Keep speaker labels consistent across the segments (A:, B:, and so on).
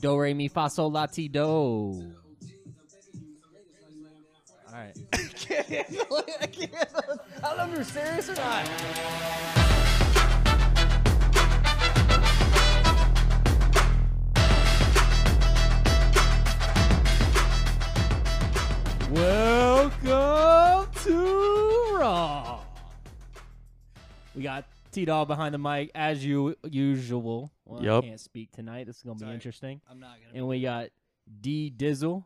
A: do re mi fa sol la ti do. All right.
B: I can't. I don't know if you're serious or not.
A: Welcome to Raw. We got T Dog behind the mic as you usual. Well,
C: Yup.
A: I can't speak tonight. This is gonna be
B: Sorry.
A: interesting.
B: I'm not gonna.
A: And we got D Dizzle,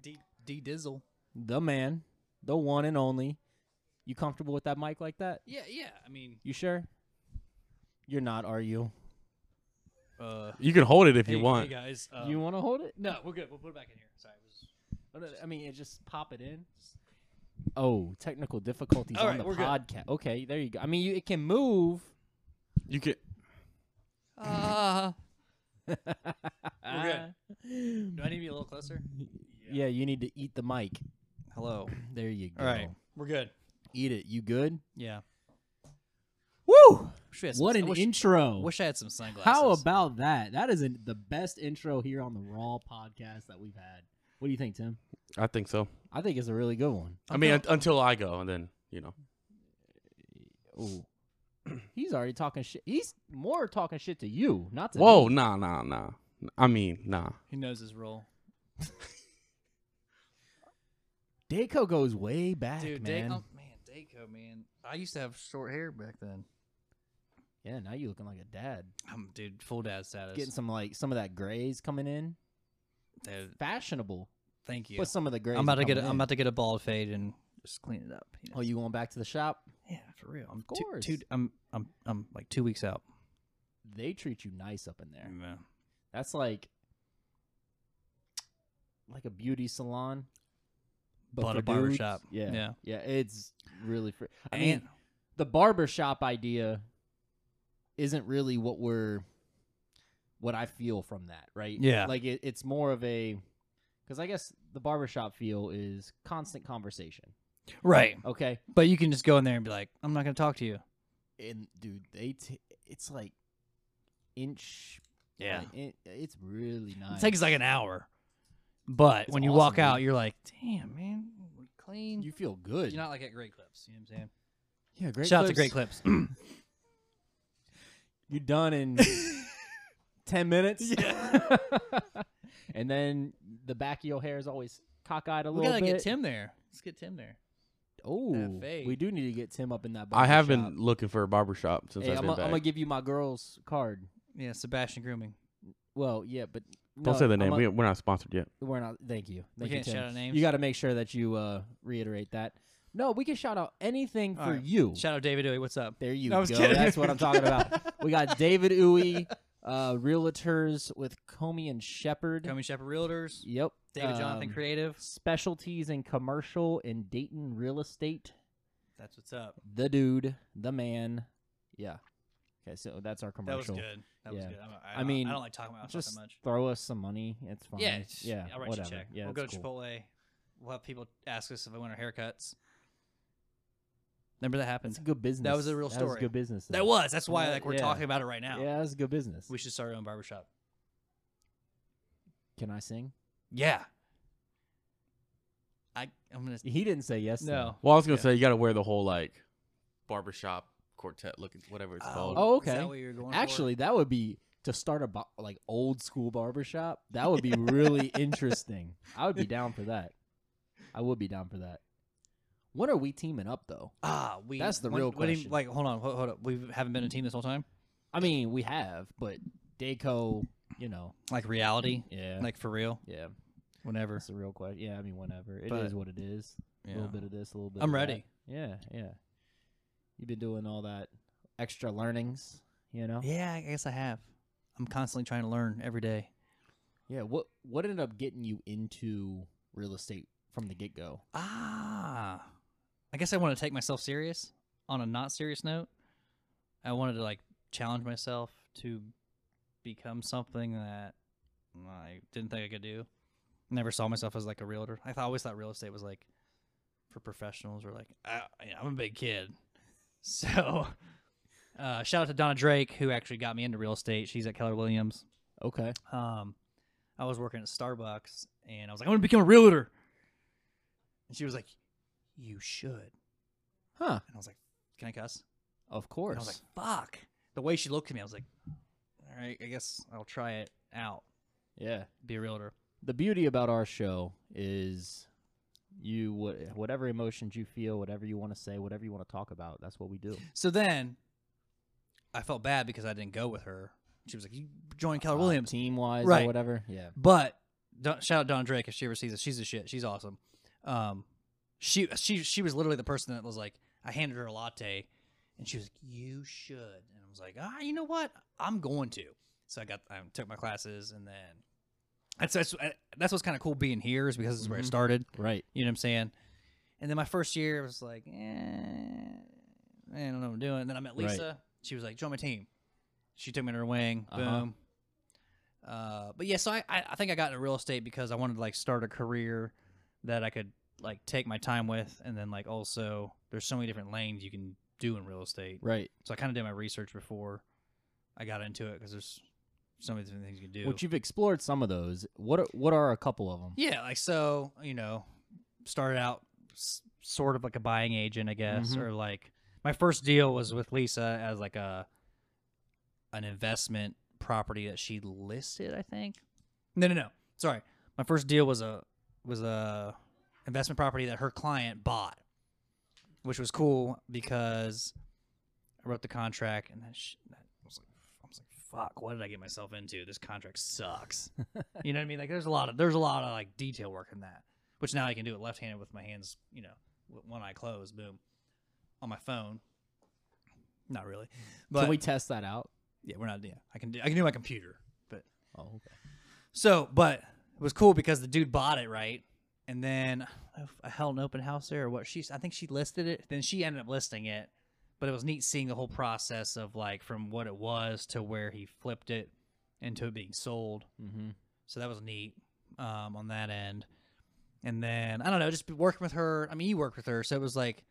B: D, D Dizzle.
A: the man, the one and only. You comfortable with that mic like that?
B: Yeah, yeah. I mean,
A: You sure? You're not, are you?
B: uh,
C: You can hold it if you
B: hey-
C: want.
B: hey guys. Uh,
A: you want to hold it?
B: no, we're good. We'll put it back in here. Sorry. it was-
A: Oh, no, I mean, it just pop it in. Oh, technical difficulties
B: All
A: on
B: right,
A: the
B: we're good.
A: podcast. Okay, there you go. I mean, you, it can move.
C: You can.
B: Ah.
A: Ah.
B: do I need to be a little closer?
A: Yeah, you need to eat the mic.
B: Hello.
A: There you go.
B: All right. We're good.
A: Eat it. You good?
B: Yeah.
A: Woo!
B: Wish we had some-
A: What
B: I
A: an
B: wish,
A: intro.
B: Wish I had some sunglasses.
A: How about that? That is an, the best intro here on the Raw podcast that we've had. What do you think, Tim?
C: I think so.
A: I think it's a really good one.
C: I mean, un- until I go, and then you know.
A: Oh. He's already talking shit. He's more talking shit to you, not to
C: Whoa,
A: me.
C: nah, nah, nah. I mean, nah.
B: He knows his role.
A: Daco goes way back,
B: Dude,
A: man.
B: Daco, oh, man, Daco, man. I used to have short hair back then.
A: Yeah, now you looking like a dad.
B: Um, dude, full dad status.
A: Getting some like some of that grays coming in.
B: Dude,
A: Fashionable,
B: thank you.
A: but some of the grays.
B: I'm about
A: are
B: to get. A,
A: coming
B: I'm
A: in.
B: about to get a bald fade and just clean it up. you know?
A: Oh, you going back to the shop?
B: yeah, for real. I'm
A: Of
B: two,
A: course.
B: two. I'm. I'm. I'm like two weeks out.
A: They treat you nice up in
B: Mm.
A: there. That's like like a beauty salon,
B: But
A: for
B: a barber
A: dudes.
B: shop.
A: Yeah, yeah,
B: Yeah.
A: It's really. Fr- I
B: and
A: mean, the barber shop idea isn't really what we're what I feel from that, right?
B: Yeah.
A: like it, it's more of a because I guess the barber shop feel is constant conversation.
B: right,
A: Okay,
B: but you can just go in there and be like, I'm not gonna talk to you.
A: and dude, they t- it's like inch.
B: Yeah.
A: like, it, it's really nice.
B: It takes like an hour. But
A: It's
B: when you walk
A: awesome,
B: out,
A: dude.
B: you're like, damn, man, we're clean.
A: you feel good.
B: You're not like at Great Clips. You know what I'm saying?
A: yeah, great.
B: Shout out to
A: clips.
B: Great Clips.
A: you done in 10 minutes. and then the back of your hair is always cockeyed a
B: we
A: little
B: gotta
A: bit.
B: get Tim there. Let's get Tim there.
A: Oh,
B: fade.
A: we do need to get Tim up in that
C: I have
A: barbershop.
C: been looking for a barbershop since
A: Hey,
C: I've
A: I'm
C: been back.
A: going to give you my girl's card.
B: Yeah, Sebastian Grooming.
A: Well, yeah, but
C: Don't
A: no,
C: say the
A: I'm
C: name.
A: a-
C: we, we're not sponsored yet.
A: we're not. Thank you. Thank you,
B: can't
A: Tim.
B: shout out names?
A: You got to make sure that you uh, reiterate that. No, we can shout out anything
B: All
A: for
B: right.
A: you.
B: Shout out David Dewey. What's up?
A: There you
B: No, I was
A: go.
B: kidding.
A: That's what I'm talking about. We got David Uwe, uh, Realtors with Comey and Shepard.
B: Comey Shepherd Realtors.
A: Yep.
B: David Jonathan
A: Um,
B: Creative.
A: Specialties in commercial and Dayton real estate.
B: That's what's up.
A: The dude, the man. Yeah. Okay, so that's our commercial.
B: That was good. That was
A: Yeah.
B: good. I'm- I,
A: I mean,
B: I don't like talking about myself
A: Just
B: that much.
A: throw us some money. It's fine.
B: Yeah, it's-
A: yeah.
B: I'll write
A: whatever.
B: you a check.
A: Yeah,
B: we'll go
A: it's
B: to
A: cool.
B: Chipotle. We'll have people ask us if we want our haircuts. Remember that happened.
A: That's a good business.
B: That was a real
A: That was
B: story.
A: good business.
B: that was. That's why
A: Yeah,
B: like we're
A: uh, yeah.
B: talking about it right now.
A: Yeah, that was good business.
B: We should start our own barbershop.
A: Can I sing?
B: Yeah. I I'm gonna
A: He didn't say yes.
B: no.
C: Well, I was gonna
B: Yeah.
C: say you got to wear the whole like barbershop quartet looking, whatever it's called.
A: Oh,
B: Is
A: okay.
B: that what you're going
A: though.
B: for?
A: Actually, that would be to start a bo- like old school barbershop. That would be really interesting. I would be down for that. I would be down for that. When are we teaming up though?
B: ah, we
A: That's the
B: when-
A: real
B: what do you-
A: question.
B: like, hold on, hold, hold up. We haven't been a team this whole time.
A: I mean, we have, but Daco, you know,
B: Like reality,
A: yeah,
B: like for real.
A: yeah,
B: Whenever
A: that's the real question. Yeah, I mean, whenever it is
B: But-
A: what it is. A
B: Yeah.
A: little bit of this, a little bit.
B: I'm
A: of that.
B: ready.
A: Yeah, yeah. You've been doing all that extra learnings, you know.
B: Yeah, I guess I have. I'm constantly trying to learn every day.
A: Yeah. What What ended up getting you into real estate from the get go?
B: Ah, I guess I want to take myself serious on a not serious note. I wanted to like challenge myself to become something that I didn't think I could do. Never saw myself as like a realtor. I th- always thought real estate was like for professionals or like I, you know, I'm a big kid. So, uh, shout out to Donna Drake who actually got me into real estate. She's at Keller Williams.
A: Okay.
B: Um, I was working at Starbucks and I was like, I'm gonna become a realtor. And she was like, You should. And
A: Huh.
B: I was like, Can I cuss?
A: Of course.
B: And I was like, Fuck. The way she looked at me, I was like, All right, I guess I'll try it out.
A: yeah.
B: Be a realtor.
A: The beauty about our show is you wha- whatever emotions you feel, whatever you want to say, whatever you want to talk about, that's what we do.
B: So then I felt bad because I didn't go with her. She was like, You join Keller
A: Uh,
B: Williams.
A: team wise
B: Right.
A: or whatever. Yeah.
B: But Don, shout out Don Drake if she ever sees this. She's a shit. She's awesome. Um, she she she was literally the person that was like, I handed her a latte, and she was like, "You should." And I was like, "Ah, you know what? I'm going to." So I got I took my classes, and then that's that's that's what's kind of cool being here is because this is where I
A: Mhm.
B: started.
A: Right.
B: You know what I'm saying? And then my first year I was like, eh, I don't know what I'm doing. And then I met
A: Right.
B: Lisa. She was like, join my team. She took me under her wing.
A: Uh-huh.
B: Boom. Uh, but yeah, so I, I I think I got into real estate because I wanted to like start a career that I could like take my time with, and then like also there's so many different lanes you can do in real estate.
A: Right.
B: So I kind of did my research before I got into it because there's so many different things you can do.
A: Which you've explored some of those. What are, what are a couple of them?
B: Yeah, like so, you know, started out s- sort of like a buying agent, I guess,
A: Mhm.
B: or like my first deal was with Lisa as like a an investment property that she listed, I think. No, no, no. Sorry. My first deal was a was a investment property that her client bought, which was cool because I wrote the contract and that, sh- that was like I was like, fuck, what did I get myself into? This contract sucks. you know what I mean? Like there's a lot of there's a lot of like detail work in that, which now I can do it left handed with my hands, you know, with one eye closed, boom, on my phone. Not really, but
A: Can we test that out?
B: yeah, we're not. Yeah, I can do I can do my computer, but
A: Oh, okay.
B: so, but it was cool because the dude bought it right, and then uh, I held an open house there. Or what she, I think she listed it. Then she ended up listing it, but it was neat seeing the whole process of like from what it was to where he flipped it into it being sold.
A: Mm-hmm.
B: So that was neat um, on that end. And then I don't know, just working with her. I mean, you worked with her, so it was like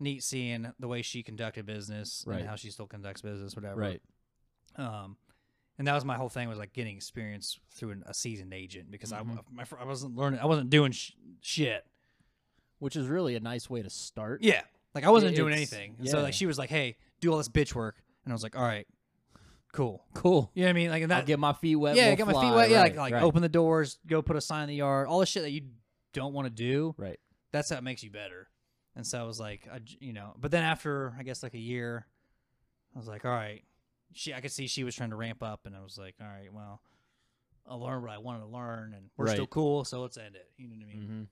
B: neat seeing the way she conducted business
A: Right.
B: and how she still conducts business, whatever
A: Right.
B: um and that was my whole thing was like getting experience through an, a seasoned agent because I
A: Mhm.
B: my, fir- I wasn't learning I wasn't doing sh- shit
A: Which is really a nice way to start.
B: yeah like I wasn't doing
A: It's-
B: anything And so
A: yeah.
B: like she was like hey do all this bitch work and I was like all right cool
A: Cool.
B: you know what I mean like and
A: I'll
B: that
A: get my feet wet.
B: yeah
A: we'll
B: get my feet
A: fly.
B: wet yeah like,
A: Right,
B: like
A: right,
B: open the doors go put a sign in the yard all the shit that you don't want to do
A: Right.
B: that's how it makes you better. And so I was like, I j you know, but then after I guess like a year, I was like, all right, she, I could see she was trying to ramp up, and I was like, all right, well, I learned what I wanted to learn, and we're still
A: Right.
B: cool, so let's end it. You know what I mean?
A: Mm-hmm.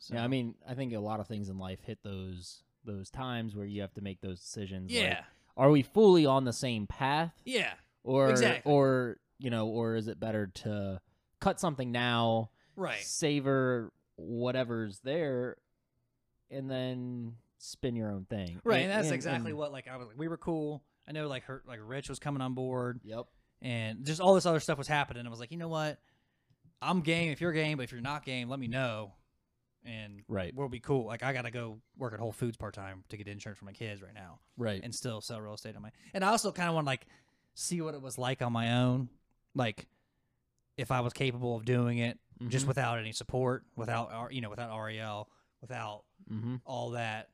B: So,
A: yeah, I mean, I think a lot of things in life hit those those times where you have to make those decisions. like,
B: yeah,
A: are we fully on the same path,
B: yeah,
A: or
B: exactly.
A: or you know, or is it better to cut something now,
B: right,
A: savor whatever's there, and then spin your own thing?
B: right, and that's exactly what like I was. Like, we were cool. I know like her, like Rich was coming on board,
A: Yep.
B: and just all this other stuff was happening. I was like, you know what? I'm game if you're game, but if you're not game, let me know. And
A: Right.
B: we'll be cool. Like I gotta go work at Whole Foods part time to get insurance for my kids right now,
A: Right.
B: and still sell real estate on my. And I also kind of want to like see what it was like on my own, like if I was capable of doing it
A: Mm-hmm,
B: just without any support, without R- you know, without REL, without
A: hmm
B: all that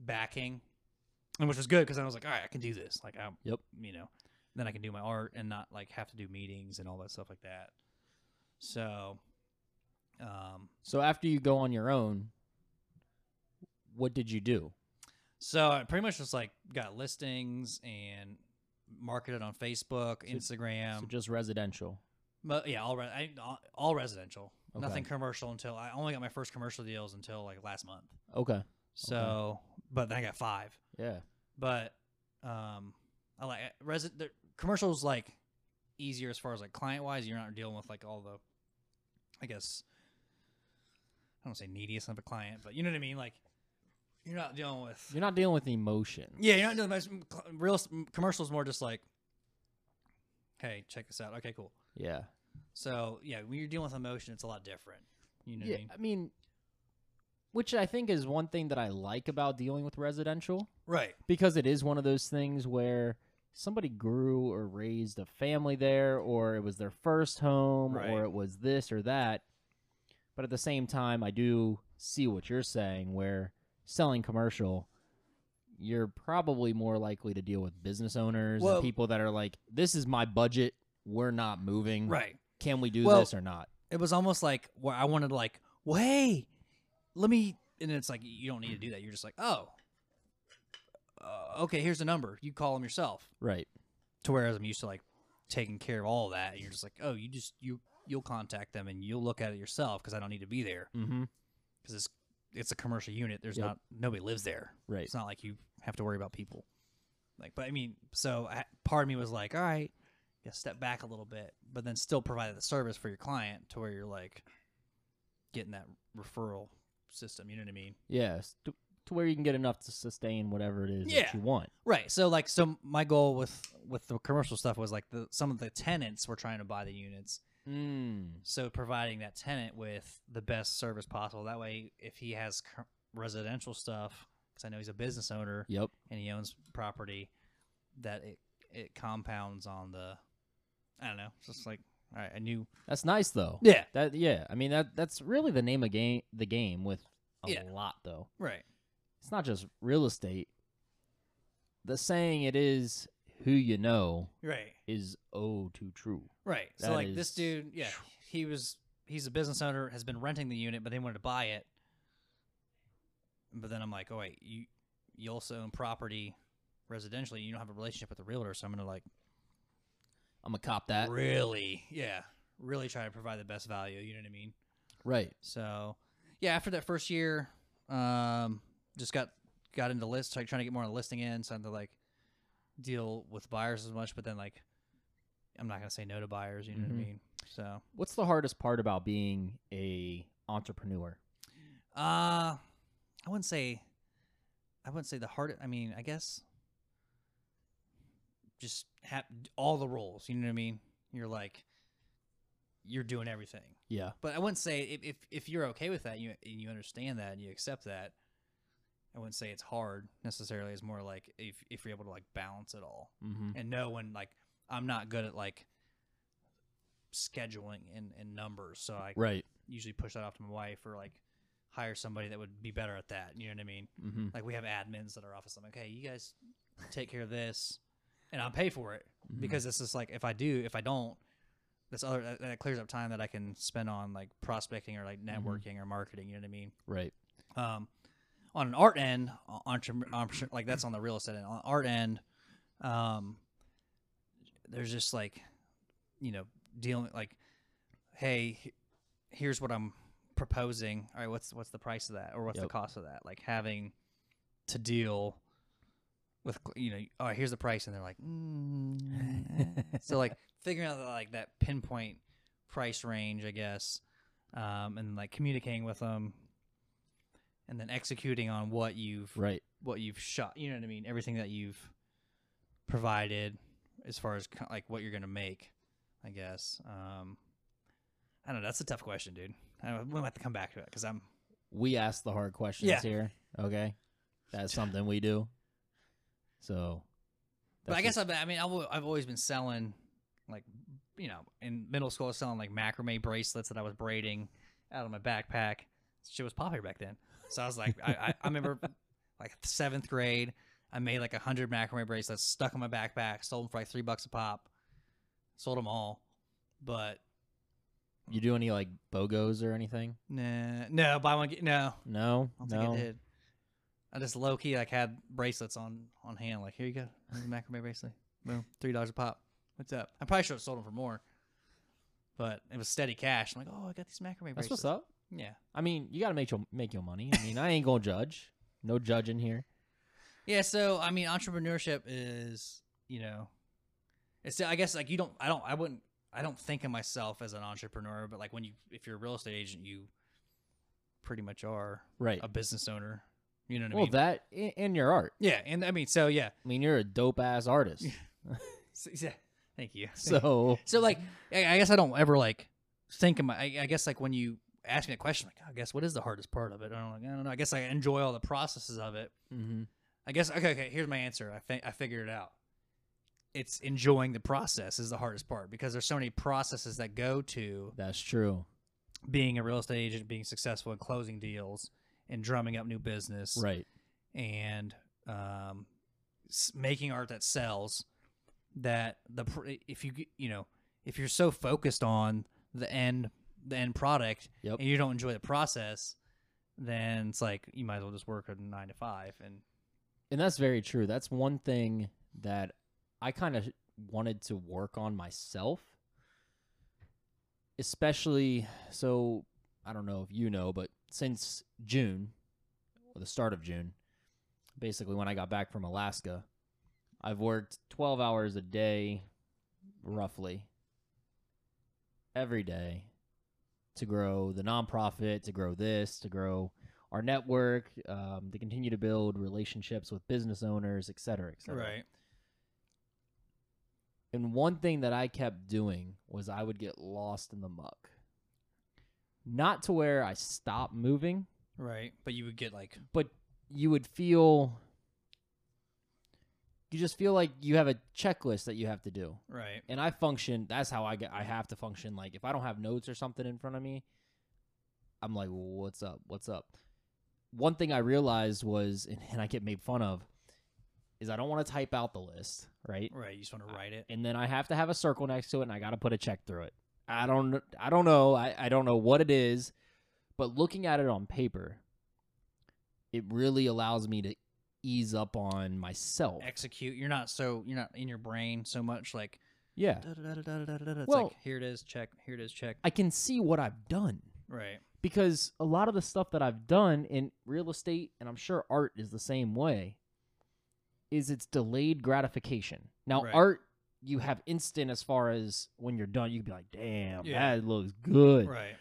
B: backing, and which was good because I was like, all right, I can do this. Like I'm,
A: Yep.
B: you know, then I can do my art and not like have to do meetings and all that stuff like that. So, um,
A: So after you go on your own, what did you do?
B: So I pretty much just like got listings and marketed on Facebook,
A: So-
B: Instagram.
A: so just residential.
B: mo- yeah, all, re- I, all, all residential.
A: Okay.
B: Nothing commercial until I only got my first commercial deals until like last month.
A: Okay.
B: So, but then I got five.
A: Yeah.
B: But um, I like resi- the commercials like easier as far as like client wise. You're not dealing with like all the, I guess. I don't say neediest of a client, but you know what I mean. Like, you're not dealing with
A: You're not dealing with emotion.
B: Yeah, you're not doing much. m- cl- Real s- m- commercials more just like, hey, check this out. Okay, cool.
A: Yeah.
B: So yeah, when you're dealing with emotion, it's a lot different. You know
A: yeah,
B: what I mean?
A: I mean, which I think is one thing that I like about dealing with residential
B: Right.
A: because it is one of those things where somebody grew or raised a family there, or it was their first home,
B: Right.
A: or it was this or that. But at the same time, I do see what you're saying, where selling commercial, you're probably more likely to deal with business owners
B: Well-
A: and people that are like, "This is my budget. We're not moving.
B: Right.
A: Can we do
B: Well-
A: this or not?"
B: It was almost like where I wanted to like, well, hey, let me, and it's like you don't need to do that. You're just like, oh, uh, okay, here's the number. You call them yourself.
A: Right.
B: to whereas I'm used to like taking care of all that. And you're just like, oh, you just you you'll contact them and you'll look at it yourself because I don't need to be there
A: Mm-hmm.
B: because it's it's a commercial unit. There's
A: Yep.
B: not nobody lives there.
A: Right.
B: It's not like you have to worry about people. Like, but I mean, so I, part of me was like, all right, you gotta step back a little bit, but then still provide the service for your client to where you're like getting that referral system. You know what I mean?
A: Yes. To, to where you can get enough to sustain whatever it is
B: Yeah.
A: that you want.
B: Right. So like so my goal with with the commercial stuff was like the some of the tenants were trying to buy the units
A: Mm.
B: so providing that tenant with the best service possible that way if he has cur- residential stuff because i know he's a business owner
A: Yep.
B: and he owns property that it it compounds on the i don't know it's just like all right i knew
A: That's nice though.
B: yeah
A: That yeah. I mean that that's really the name of game the game with a
B: Yeah.
A: lot though.
B: right
A: It's not just real estate. The saying it is who you know
B: right
A: is oh too true.
B: right so
A: That
B: like this
A: is-
B: dude yeah he was he's a business owner has been renting the unit but they wanted to buy it but then i'm like oh wait you you also own property residentially you don't have a relationship with the realtor so i'm gonna like
A: I'm gonna cop that.
B: really yeah really try to provide the best value you know what i mean
A: Right.
B: so yeah after that first year um just got got into list like trying to get more on the listing end so i had to like deal with buyers as much but then like i'm not gonna say no to buyers you know
A: Mhm.
B: what i mean so
A: What's the hardest part about being a entrepreneur?
B: uh i wouldn't say i wouldn't say the hardest i mean i guess just have all the roles you know what i mean you're like you're doing everything
A: Yeah.
B: But I wouldn't say if if, if you're okay with that, you and you understand that, and you accept that. I wouldn't say it's hard necessarily. It's more like if if you're able to like balance it all
A: Mm-hmm.
B: and know when like I'm not good at like scheduling and, and numbers, so I
A: Right.
B: usually push that off to my wife or like hire somebody that would be better at that. You know what I mean?
A: Mm-hmm.
B: Like we have admins at our office. I'm like, hey, you guys take care of this, and I'll pay for it
A: Mm-hmm.
B: because it's just like if I do, if I don't, this other that, that clears up time that I can spend on like prospecting or like networking or marketing. You know what I mean?
A: Right.
B: Um, on an art end, o- entre- entre- like that's on the real estate end. On art end, um, there's just like, you know, dealing like, hey, he- here's what I'm proposing. All right, what's what's the price of that, or what's the
A: Yep.
B: cost of that? Like having to deal with, cl- you know, all right, here's the price, and they're like, mm, eh. so like figuring out like that pinpoint price range, I guess, um, and like communicating with them, and then executing on what you've
A: Right.
B: what you've shot. You know what I mean? Everything that you've provided as far as co- like what you're gonna make, I guess. Um, I don't know. That's a tough question, dude. I, we might have to come back to it because I'm
A: we ask the hard questions
B: Yeah.
A: here. Okay, that's something we do. So,
B: but I
A: that's
B: guess I've, I mean I've, al- I've always been selling like you know in middle school I was selling like macrame bracelets that I was braiding out of my backpack. Shit was popular back then, so I was like I, I, I remember like seventh grade I made like a hundred macrame bracelets stuck in my backpack, sold them for like three bucks a pop, sold them all, but
A: what- you do any like bogos or anything?
B: nah, no buy one get no
A: No,
B: I don't
A: no.
B: think I did. I just low key like had bracelets on on hand. Like here you go, here's a macrame bracelet. Boom, three dollars a pop. What's up? I probably should have sold them for more, but it was steady cash. I'm like, oh, I got these macrame
A: That's
B: bracelets.
A: what's up.
B: Yeah,
A: I mean, you got to make your make your money. I mean, I ain't gonna judge. No judging here.
B: yeah. So I mean, entrepreneurship is you know, it's I guess like you don't I don't I wouldn't I don't think of myself as an entrepreneur, but like when you if you're a real estate agent, you pretty much are
A: Right.
B: a business owner. You know what
A: well,
B: I mean?
A: that in, in your art.
B: yeah, and I mean, so yeah,
A: I mean, you're a dope ass artist.
B: So- yeah. Thank you.
A: so
B: So like, I I guess I don't ever like think of my. I, I guess like when you ask me that question, like, I guess what is the hardest part of it? And I'm like, I don't know. I guess I enjoy all the processes of it.
A: mhm.
B: I guess okay, okay. Here's my answer. I think I figured it out. it's enjoying the process is the hardest part because there's so many processes that go to
A: That's true.
B: being a real estate agent, being successful in closing deals and drumming up new business
A: Right.
B: and um, s- making art that sells that the pr- if you g- you know if you're so focused on the end the end product
A: Yep.
B: and you don't enjoy the process then it's like you might as well just work a 9 to 5 and
A: And that's very true. That's one thing that I kind of wanted to work on myself. Especially, so I don't know if you know, but since June, or the start of June, basically when I got back from Alaska, I've worked 12 hours a day, roughly, every day to grow the nonprofit, to grow this, to grow our network, um, to continue to build relationships with business owners, et cetera, et cetera. And one thing that I kept doing was I would get lost in the muck. Not to where I stopped moving,
B: right but you would get like
A: but you would feel you just feel like you have a checklist that you have to do.
B: right
A: And I function that's how I get I have to function like if I don't have notes or something in front of me, I'm like, well, "What's up? What's up?" One thing I realized was and, and I get made fun of is I don't want to type out the list, right?
B: right you just want to write it
A: and then I have to have a circle next to it, and I got to put a check through it. I don't, I don't know, I, I don't know what it is, but looking at it on paper, it really allows me to ease up on myself.
B: execute you're not so you're not in your brain so much like
A: Yeah,
B: da-da-da-da-da-da-da. it's
A: Well-
B: like here it is check here it is check
A: I can see what I've done
B: right
A: because a lot of the stuff that I've done in real estate, and I'm sure art is the same way, is it's delayed gratification. Now,
B: Right.
A: art. You have instant as far as when you're done, you'd be like, damn,
B: Yeah.
A: that looks good.
B: right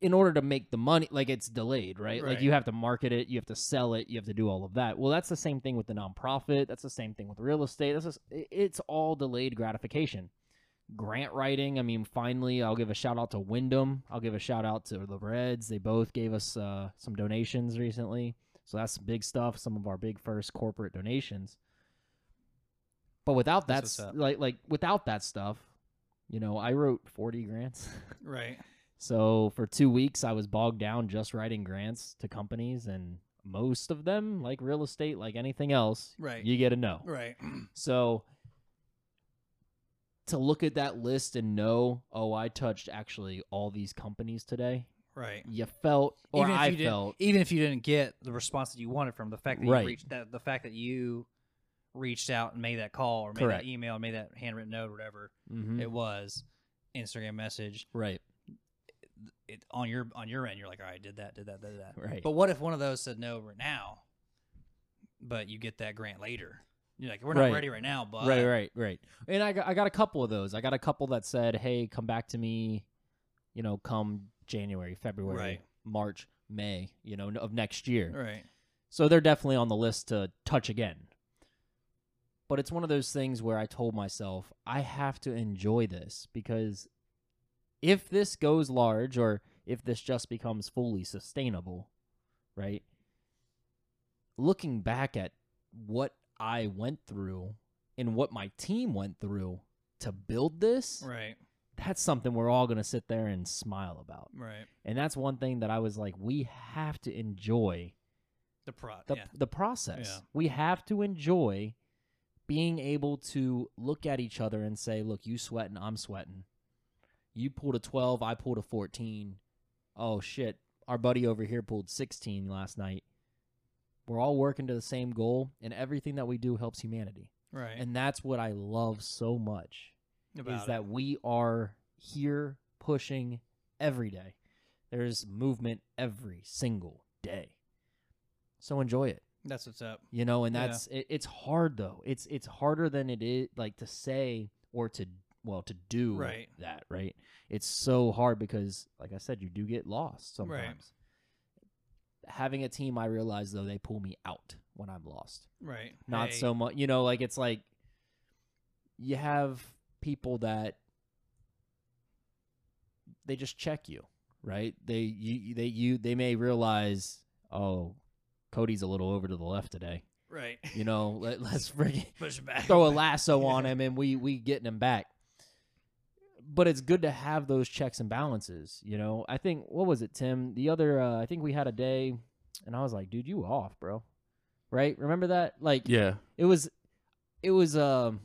A: in order to make the money like it's delayed right? like
B: Right.
A: you have to market it you have to sell it you have to do all of that well that's the same thing with the nonprofit that's the same thing with real estate that's just, i- it's all delayed gratification grant writing i mean finally i'll give a shout out to wyndham i'll give a shout out to the reds they both gave us uh, some donations recently so that's big stuff some of our big first corporate donations but without that
B: That's
A: s-
B: what's up.
A: like like without that stuff you know i wrote 40 grants
B: right
A: so for two weeks, I was bogged down just writing grants to companies, and most of them, like real estate, like anything else,
B: right
A: you get a no.
B: right
A: So to look at that list and know, oh, I touched actually all these companies today.
B: right
A: You felt, or
B: even if
A: I
B: you didn't-
A: felt,
B: even if you didn't get the response that you wanted from the fact that
A: Right.
B: you reached that the fact that you reached out and made that call or made
A: Correct.
B: that email, made that handwritten note, whatever
A: Mhm.
B: it was, Instagram message,
A: right,
B: it, on your on your end, you're like, all right, did that, did that, did that.
A: right,
B: But what if one of those said no right now, but you get that grant later? You're like, we're not
A: Right.
B: ready right now, but
A: right, right, right. And I got, I got a couple of those. I got a couple that said, hey, come back to me, you know, come January, February,
B: Right.
A: March, May, you know, of next year.
B: right,
A: So they're definitely on the list to touch again. But it's one of those things where I told myself, I have to enjoy this because if this goes large or if this just becomes fully sustainable, right? Looking back at what I went through and what my team went through to build this,
B: right,
A: that's something we're all going to sit there and smile about.
B: right.
A: And that's one thing that I was like, we have to enjoy
B: The pro,
A: the,
B: yeah,
A: the process.
B: Yeah.
A: We have to enjoy being able to look at each other and say, look, you sweating, I'm sweating. You pulled a 12, I pulled a 14. Oh, shit. Our buddy over here pulled 16 last night. We're all working to the same goal, and everything that we do helps humanity.
B: right.
A: And that's what I love so much
B: about
A: is
B: it.
A: that we are here pushing every day. There's movement every single day. So enjoy it
B: that's what's up?
A: you know and
B: Yeah.
A: that's it, it's hard though it's it's harder than it is like to say or to well to do
B: Right.
A: that right it's so hard because like i said you do get lost
B: Right.
A: sometimes having a team i realize though they pull me out when i'm lost
B: Right.
A: not
B: Hey,
A: so much you know like it's like you have people that they just check you right they you they you they may realize oh cody's a little over to the left today
B: Right.
A: You know, let, let's freaking
B: Push it back.
A: throw a lasso on him and we we getting him back. But it's good to have those checks and balances, you know. I think what was it, Tim? The other uh, I think we had a day and I was like, dude, you off, bro. Right? Remember that? Like
C: Yeah.
A: it was it was um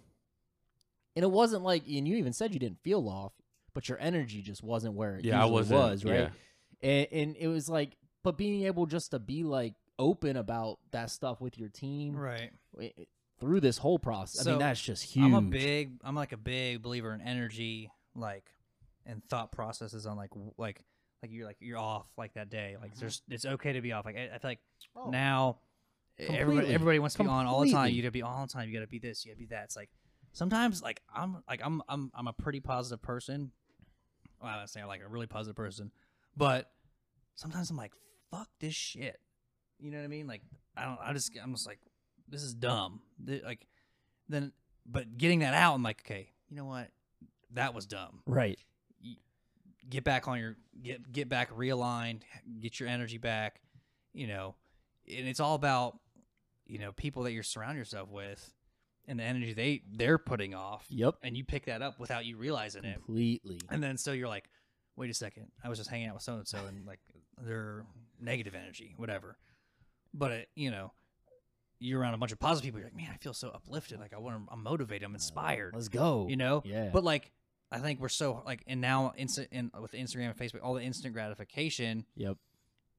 A: and it wasn't like and you even said you didn't feel off, but your energy just wasn't where it
C: Yeah, I
A: usually
C: wasn't.
A: was, right?
C: yeah.
A: and, and it was like but being able just to be like open about that stuff with your team
B: Right.
A: i- i- eh, through this whole process i
B: So,
A: mean that's just huge
B: I'm a big. I'm like a big believer in energy, like, and thought processes on like w- like like you're like you're off like that day. Like
A: Mhm.
B: there's it's okay to be off. Like I, I feel like
A: Oh.
B: now e, everybody
A: Completely.
B: everybody wants to be on all the time.
A: Completely.
B: You gotta be on all the time. You gotta be this. You gotta be that. It's like sometimes like I'm like I'm I'm I'm a pretty positive person. Well, I'm not saying I'm like a really positive person, but sometimes I'm like fuck this shit. You know what I mean? Like I don't. I just I'm just like this is dumb. Th- Like then, but getting that out, I'm like okay, you know what? That was dumb
A: right
B: get back on your get get back realigned, get your energy back, you know. And it's all about you know people that you surround yourself with and the energy they they're putting off,
A: yep
B: and you pick that up without you realizing it.
A: completely
B: And then so you're like, wait a second, I was just hanging out with so and so, and like they're negative energy, whatever. But it, you know, you're around a bunch of positive people. You're like, man, I feel so uplifted. Like I want to, I'm motivated. I'm inspired.
A: let's go
B: You know,
A: yeah
B: but like, I think we're so like, and now instant in, with Instagram and Facebook, all the instant gratification,
A: yep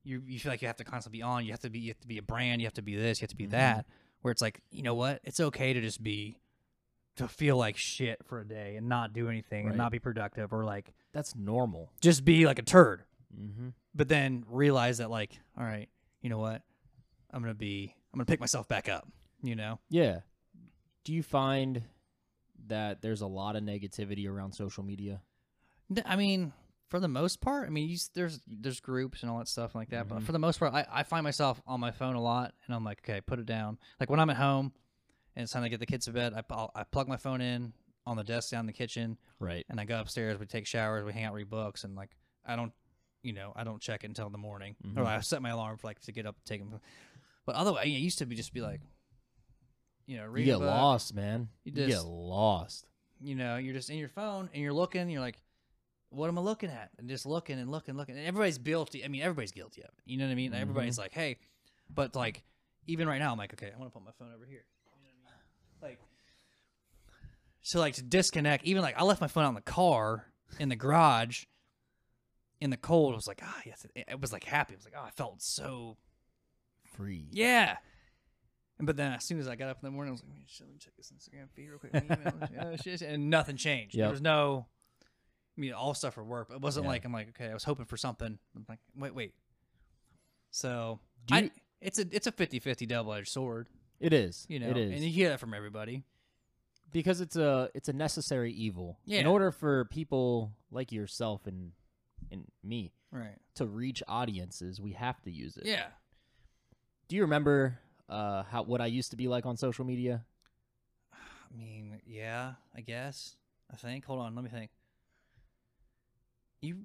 B: you you feel like you have to constantly be on. You have to be you have to be a brand. You have to be this. You have to be
A: Mhm.
B: that. Where it's like, you know what? It's okay to just be, to feel like shit for a day and not do anything
A: Right.
B: and not be productive or like
A: that's normal
B: just be like a turd.
A: mm-hmm.
B: But then realize that like, all right, you know what? I'm gonna be. I'm gonna pick myself back up. You know.
A: yeah do you find that there's a lot of negativity around social media
B: N- I mean, for the most part, I mean, you, s- there's there's groups and all that stuff like that. But
A: Mhm.
B: for the most part, I, I find myself on my phone a lot, and I'm like, okay, put it down. Like when I'm at home, and it's time to get the kids to bed, I I'll, I plug my phone in on the desk down in the kitchen,
A: right
B: and I go upstairs. We take showers, we hang out, read books, and like I don't, you know, I don't check it until the morning, or
A: Mhm.
B: I set my alarm for like to get up, take them. But otherwise, I used to be just be like, you know,
A: you
B: read a
A: get
B: book,
A: lost man
B: You
A: you, get
B: just-
A: lost
B: you know, you're just in your phone and you're looking, you're like, what am I looking at? And just looking and looking, looking. And everybody's guilty. I mean, everybody's guilty of it. You know what I mean? Everybody's like, hey, but like, even right now, I'm like, okay, I want to put my phone over here. You know what I mean? Like, so like to disconnect, even like I left my phone out in the car in the garage in the cold. I was like, ah, yes. It, it was like happy. It was like, oh, I felt so
A: free
B: yeah. And- But then as soon as I got up in the morning, I was like, "Man, shit, let me check this Instagram feed real quick. my email." Oh, shit, shit. and nothing changed.
A: Yep.
B: There was no, I mean, all stuff for work. But it wasn't
A: Yeah.
B: like, I'm like, okay, I was hoping for something. I'm like, wait, wait. So
A: Do
B: I,
A: you-
B: it's a it's a 50-50 double-edged sword,
A: it is
B: you know,
A: it is
B: and you hear that from everybody.
A: because it's a it's a necessary evil. In
B: Yeah.
A: order for people like yourself and and me
B: Right.
A: to reach audiences, we have to use it.
B: Yeah.
A: Do you remember uh how what I used to be like on social media?
B: I mean, yeah, I guess. I think. Hold on, let me think. You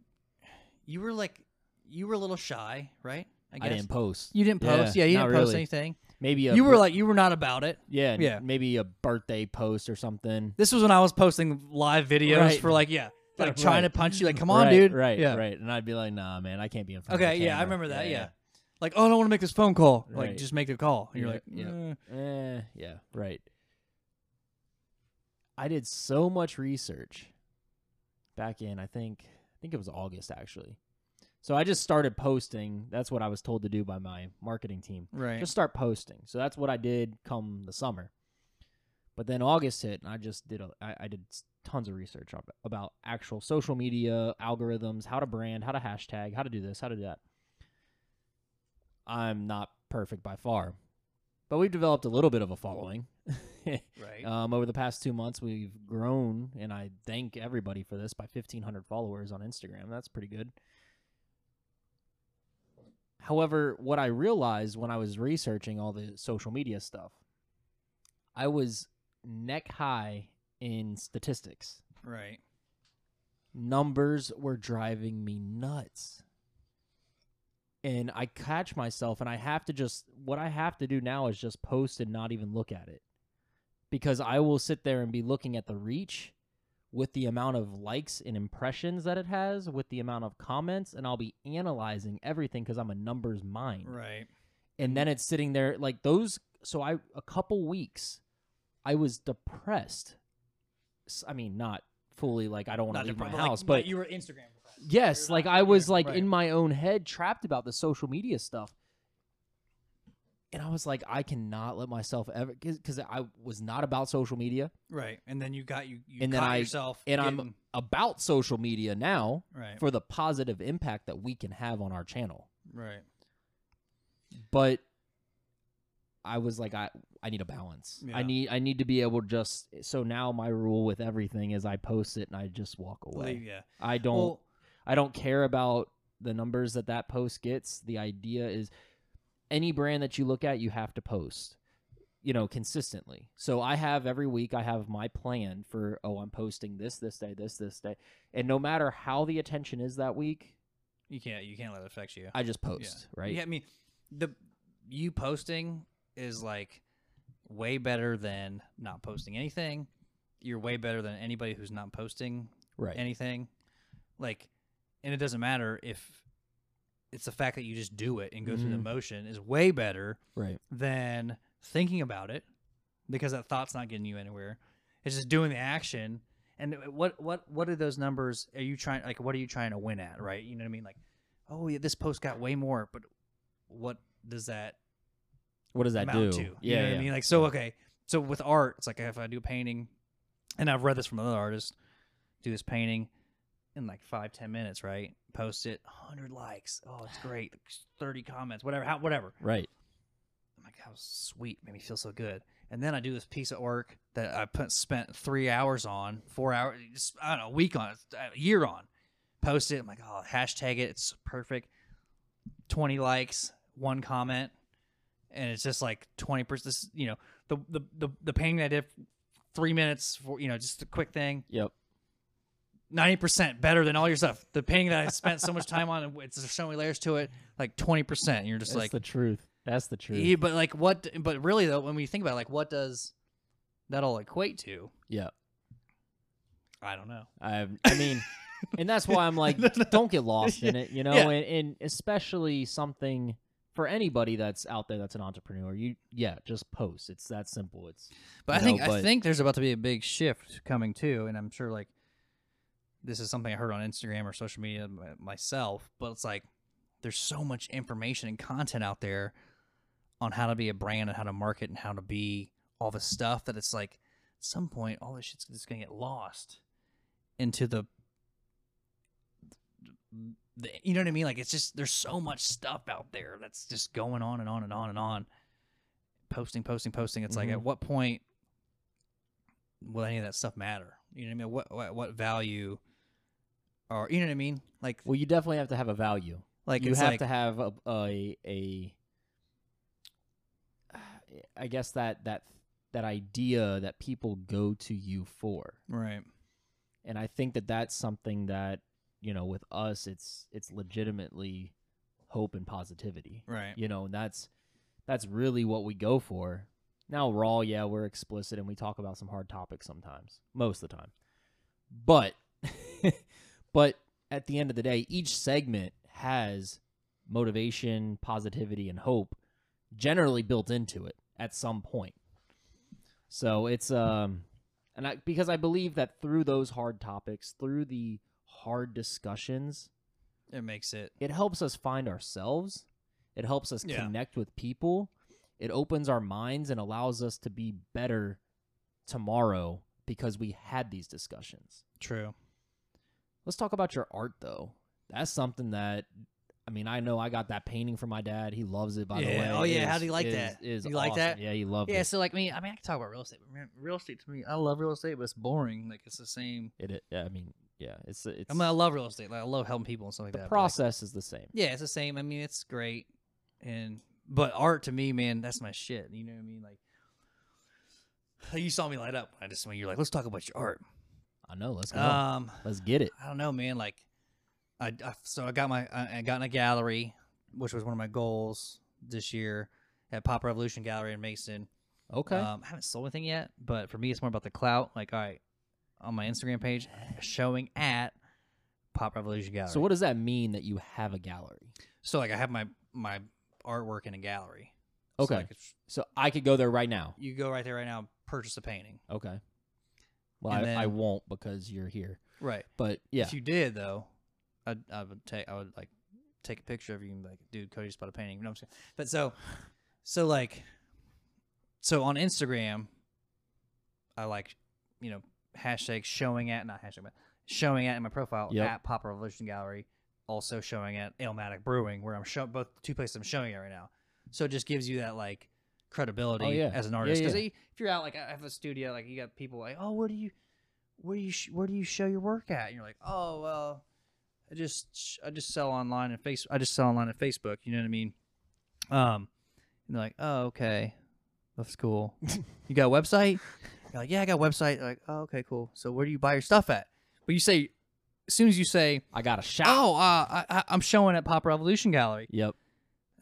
B: you were like you were a little shy, right?
A: I, didn't post.
B: You didn't
A: Yeah,
B: post. Yeah, you
A: not
B: didn't post
A: really.
B: anything.
A: Maybe a
B: you were
A: bir-
B: like you were not about it.
A: yeah, n-
B: yeah.
A: maybe a birthday post or something.
B: This was when I was posting live videos
A: Right.
B: for like yeah, like
A: Right.
B: trying to punch you like come on
A: Right,
B: dude.
A: Right,
B: Yeah.
A: right. And I'd be like, "Nah, man, I can't be in front of
B: Okay,
A: the
B: yeah, I
A: camera."
B: remember that. Yeah. Like oh, I don't want to make this phone call. Like
A: Right.
B: just make the call. And you're
A: Yeah,
B: like
A: yeah.
B: eh.
A: yeah. Eh, yeah, right. I did so much research back in I think I think it was August actually. So I just started posting. That's what I was told to do by my marketing team.
B: right.
A: Just start posting. So that's what I did come the summer. But then August hit, and I just did a, I, I did s- tons of research ab- about actual social media algorithms, how to brand, how to hashtag, how to do this, how to do that. I'm not perfect by far, but we've developed a little bit of a following.
B: right.
A: um, over the past two months, we've grown, and I thank everybody for this by 1,500 followers on Instagram. That's pretty good. However, what I realized when I was researching all the social media stuff, I was neck high in statistics.
B: right.
A: Numbers were driving me nuts. and I catch myself and I have to just what I have to do now is just post and not even look at it. Because I will sit there and be looking at the reach with the amount of likes and impressions that it has, with the amount of comments, and I'll be analyzing everything because I'm a numbers mind
B: Right.
A: and then it's sitting there like those so i a couple weeks i was depressed S- i mean not fully like i don't want to leave my house but,
B: you were Instagram. depressed.
A: yes
B: You're
A: like
B: not-
A: i was
B: you're-
A: like
B: right.
A: in my own head trapped about the social media stuff and i was like i cannot let myself ever because i was not about social media
B: Right, and then you got you, you
A: And then
B: caught
A: I-
B: yourself
A: and I'm-
B: getting-
A: about social media now
B: right,
A: for the positive impact that we can have on our channel
B: right,
A: but I was like, I I need a balance.
B: Yeah.
A: I need I need to be able to just. So now my rule with everything is I post it and I just walk away.
B: Leave- yeah.
A: I don't
B: Well,
A: I don't care about the numbers that that post gets. The idea is any brand that you look at, you have to post, you know, consistently. So I have every week, I have my plan for, oh, I'm posting this, this day, this, this day. And no matter how the attention is that week,
B: you can't you can't let it affect you.
A: I just post, right?
B: Yeah, I mean, the you posting is like way better than not posting anything. You're way better than anybody who's not posting
A: Right.
B: anything. Like, and it doesn't matter if it's the fact that you just do it and go through the
A: Mhm.
B: motion is way better
A: right.
B: than thinking about it because that thought's not getting you anywhere. It's just doing the action. And what what what are those numbers? Are you trying like what are you trying to win at? Right? You know what I mean? Like, oh yeah, this post got way more, but what does that
A: What does that do?
B: amount to? You know what
A: yeah.
B: I mean? Like, so okay, so with art, it's like if I do a painting, and I've read this from another artist, do this painting in like five ten minutes, right? Post it, hundred likes. Oh, it's great. Thirty comments, whatever, how, whatever.
A: Right.
B: I'm like, that was sweet. Made me feel so good. And then I do this piece of work that I put spent three hours on, four hours, just, I don't know, a week on, a year on. Post it. I'm like, oh, hashtag it. It's perfect. 20 likes, one comment. And it's just like 20%. This, you know, the, the, the, the painting that I did three minutes for, you know, just a quick thing,
A: Yep.
B: 90% better than all your stuff. The painting that I spent so much time on, and it's there's so many layers to it, like 20%. And you're just
A: That's
B: like,
A: the truth. That's the truth.
B: yeah, but like what? But really though, when we think about it, like what does that all equate to?
A: Yeah.
B: I don't know.
A: I I mean, and that's why I'm like, don't get lost in it, you know,
B: Yeah.
A: and, and especially something for anybody that's out there that's an entrepreneur. You yeah, just post. It's that simple. It's
B: But I
A: You
B: think
A: know,
B: I
A: but-
B: think there's about to be a big shift coming too, and I'm sure like this is something I heard on Instagram or social media m- myself. But it's like there's so much information and content out there on how to be a brand and how to market and how to be all the stuff that it's like at some point all this shit's just gonna get lost into the, the you know what I mean? Like it's just there's so much stuff out there that's just going on and on and on and on. Posting, posting, posting. It's like
A: Mhm.
B: at what point will any of that stuff matter? You know what I mean? What what, what value or you know what I mean? Like
A: well, you definitely have to have a value.
B: like
A: you
B: it's
A: have
B: like,
A: to have a, a a I guess that that that idea that people go to you for.
B: right.
A: and i think that that's something that you know with us it's it's legitimately hope and positivity
B: Right.
A: you know and that's that's really what we go for now raw yeah we're explicit and we talk about some hard topics sometimes most of the time but but at the end of the day each segment has motivation positivity and hope generally built into it at some point so it's um and I because I believe that through those hard topics, through the hard discussions,
B: It makes it
A: it helps us find ourselves. It helps us
B: Yeah.
A: connect with people. It opens our minds and allows us to be better tomorrow because we had these discussions.
B: true.
A: Let's talk about your art though. That's something that I mean, I know I got that painting from my dad. He loves it by the
B: Yeah.
A: way.
B: Oh,
A: It
B: yeah. How'd
A: is-
B: he like
A: it is-
B: that?
A: it is
B: You like
A: awesome.
B: that?
A: Yeah, he loved
B: Yeah,
A: it.
B: so like me, I mean, I can talk about real estate, but man, real estate to me, I love real estate, but it's boring. Like it's the same.
A: It, it yeah, I mean, yeah, it's it's
B: I mean, I love real estate. Like I love helping people and stuff like
A: the
B: that. but, like,
A: process is the same.
B: yeah, it's the same. I mean, it's great, and but art to me, man, that's my shit. You know what I mean? Like you saw me light up. when I just when you're like, let's talk about your art.
A: I know, let's go.
B: Um,
A: let's get it.
B: I don't know, man. Like I, I so I got my I, I got in a gallery which was one of my goals this year at Pop Revolution Gallery in Mason.
A: Okay.
B: Um, I haven't sold anything yet, but for me, it's more about the clout. Like, all right, on my Instagram page, showing at Pop Revolution Gallery.
A: so what does that mean that you have a gallery?
B: So like, I have my my artwork in a gallery. So,
A: Okay.
B: like, if
A: So I could go there right now.
B: you go right there right now, purchase a painting.
A: Okay. Well, I,
B: And
A: I
B: then-
A: won't because you're here.
B: Right.
A: But yeah,
B: If you did though, I I would take I would like take a picture of you and be like, dude, Cody just bought a painting. No, I'm just kidding. But so so like so on Instagram, I like you know hashtag showing at not hashtag but showing at in my profile
A: Yep.
B: at Pop Revolution Gallery, also showing at Elmatic Brewing where I'm showing both two places I'm showing at right now. So it just gives you that like credibility
A: Oh, yeah.
B: as an
A: Yeah,
B: artist because
A: yeah.
B: if you're out like I have a studio like you got people like oh where do you where do you sh- where do you show your work at? And you're like, oh well, I just sh- I just sell online and face I just sell online at Facebook. You know what I mean? Um, and they're like, oh okay, that's cool. you got a website? You're like, yeah, I got a website. They're like, oh okay, cool. So where do you buy your stuff at? But you say, as soon as you say,
A: I got a shop.
B: oh, uh, I, I, I'm showing at Pop Revolution Gallery,
A: Yep.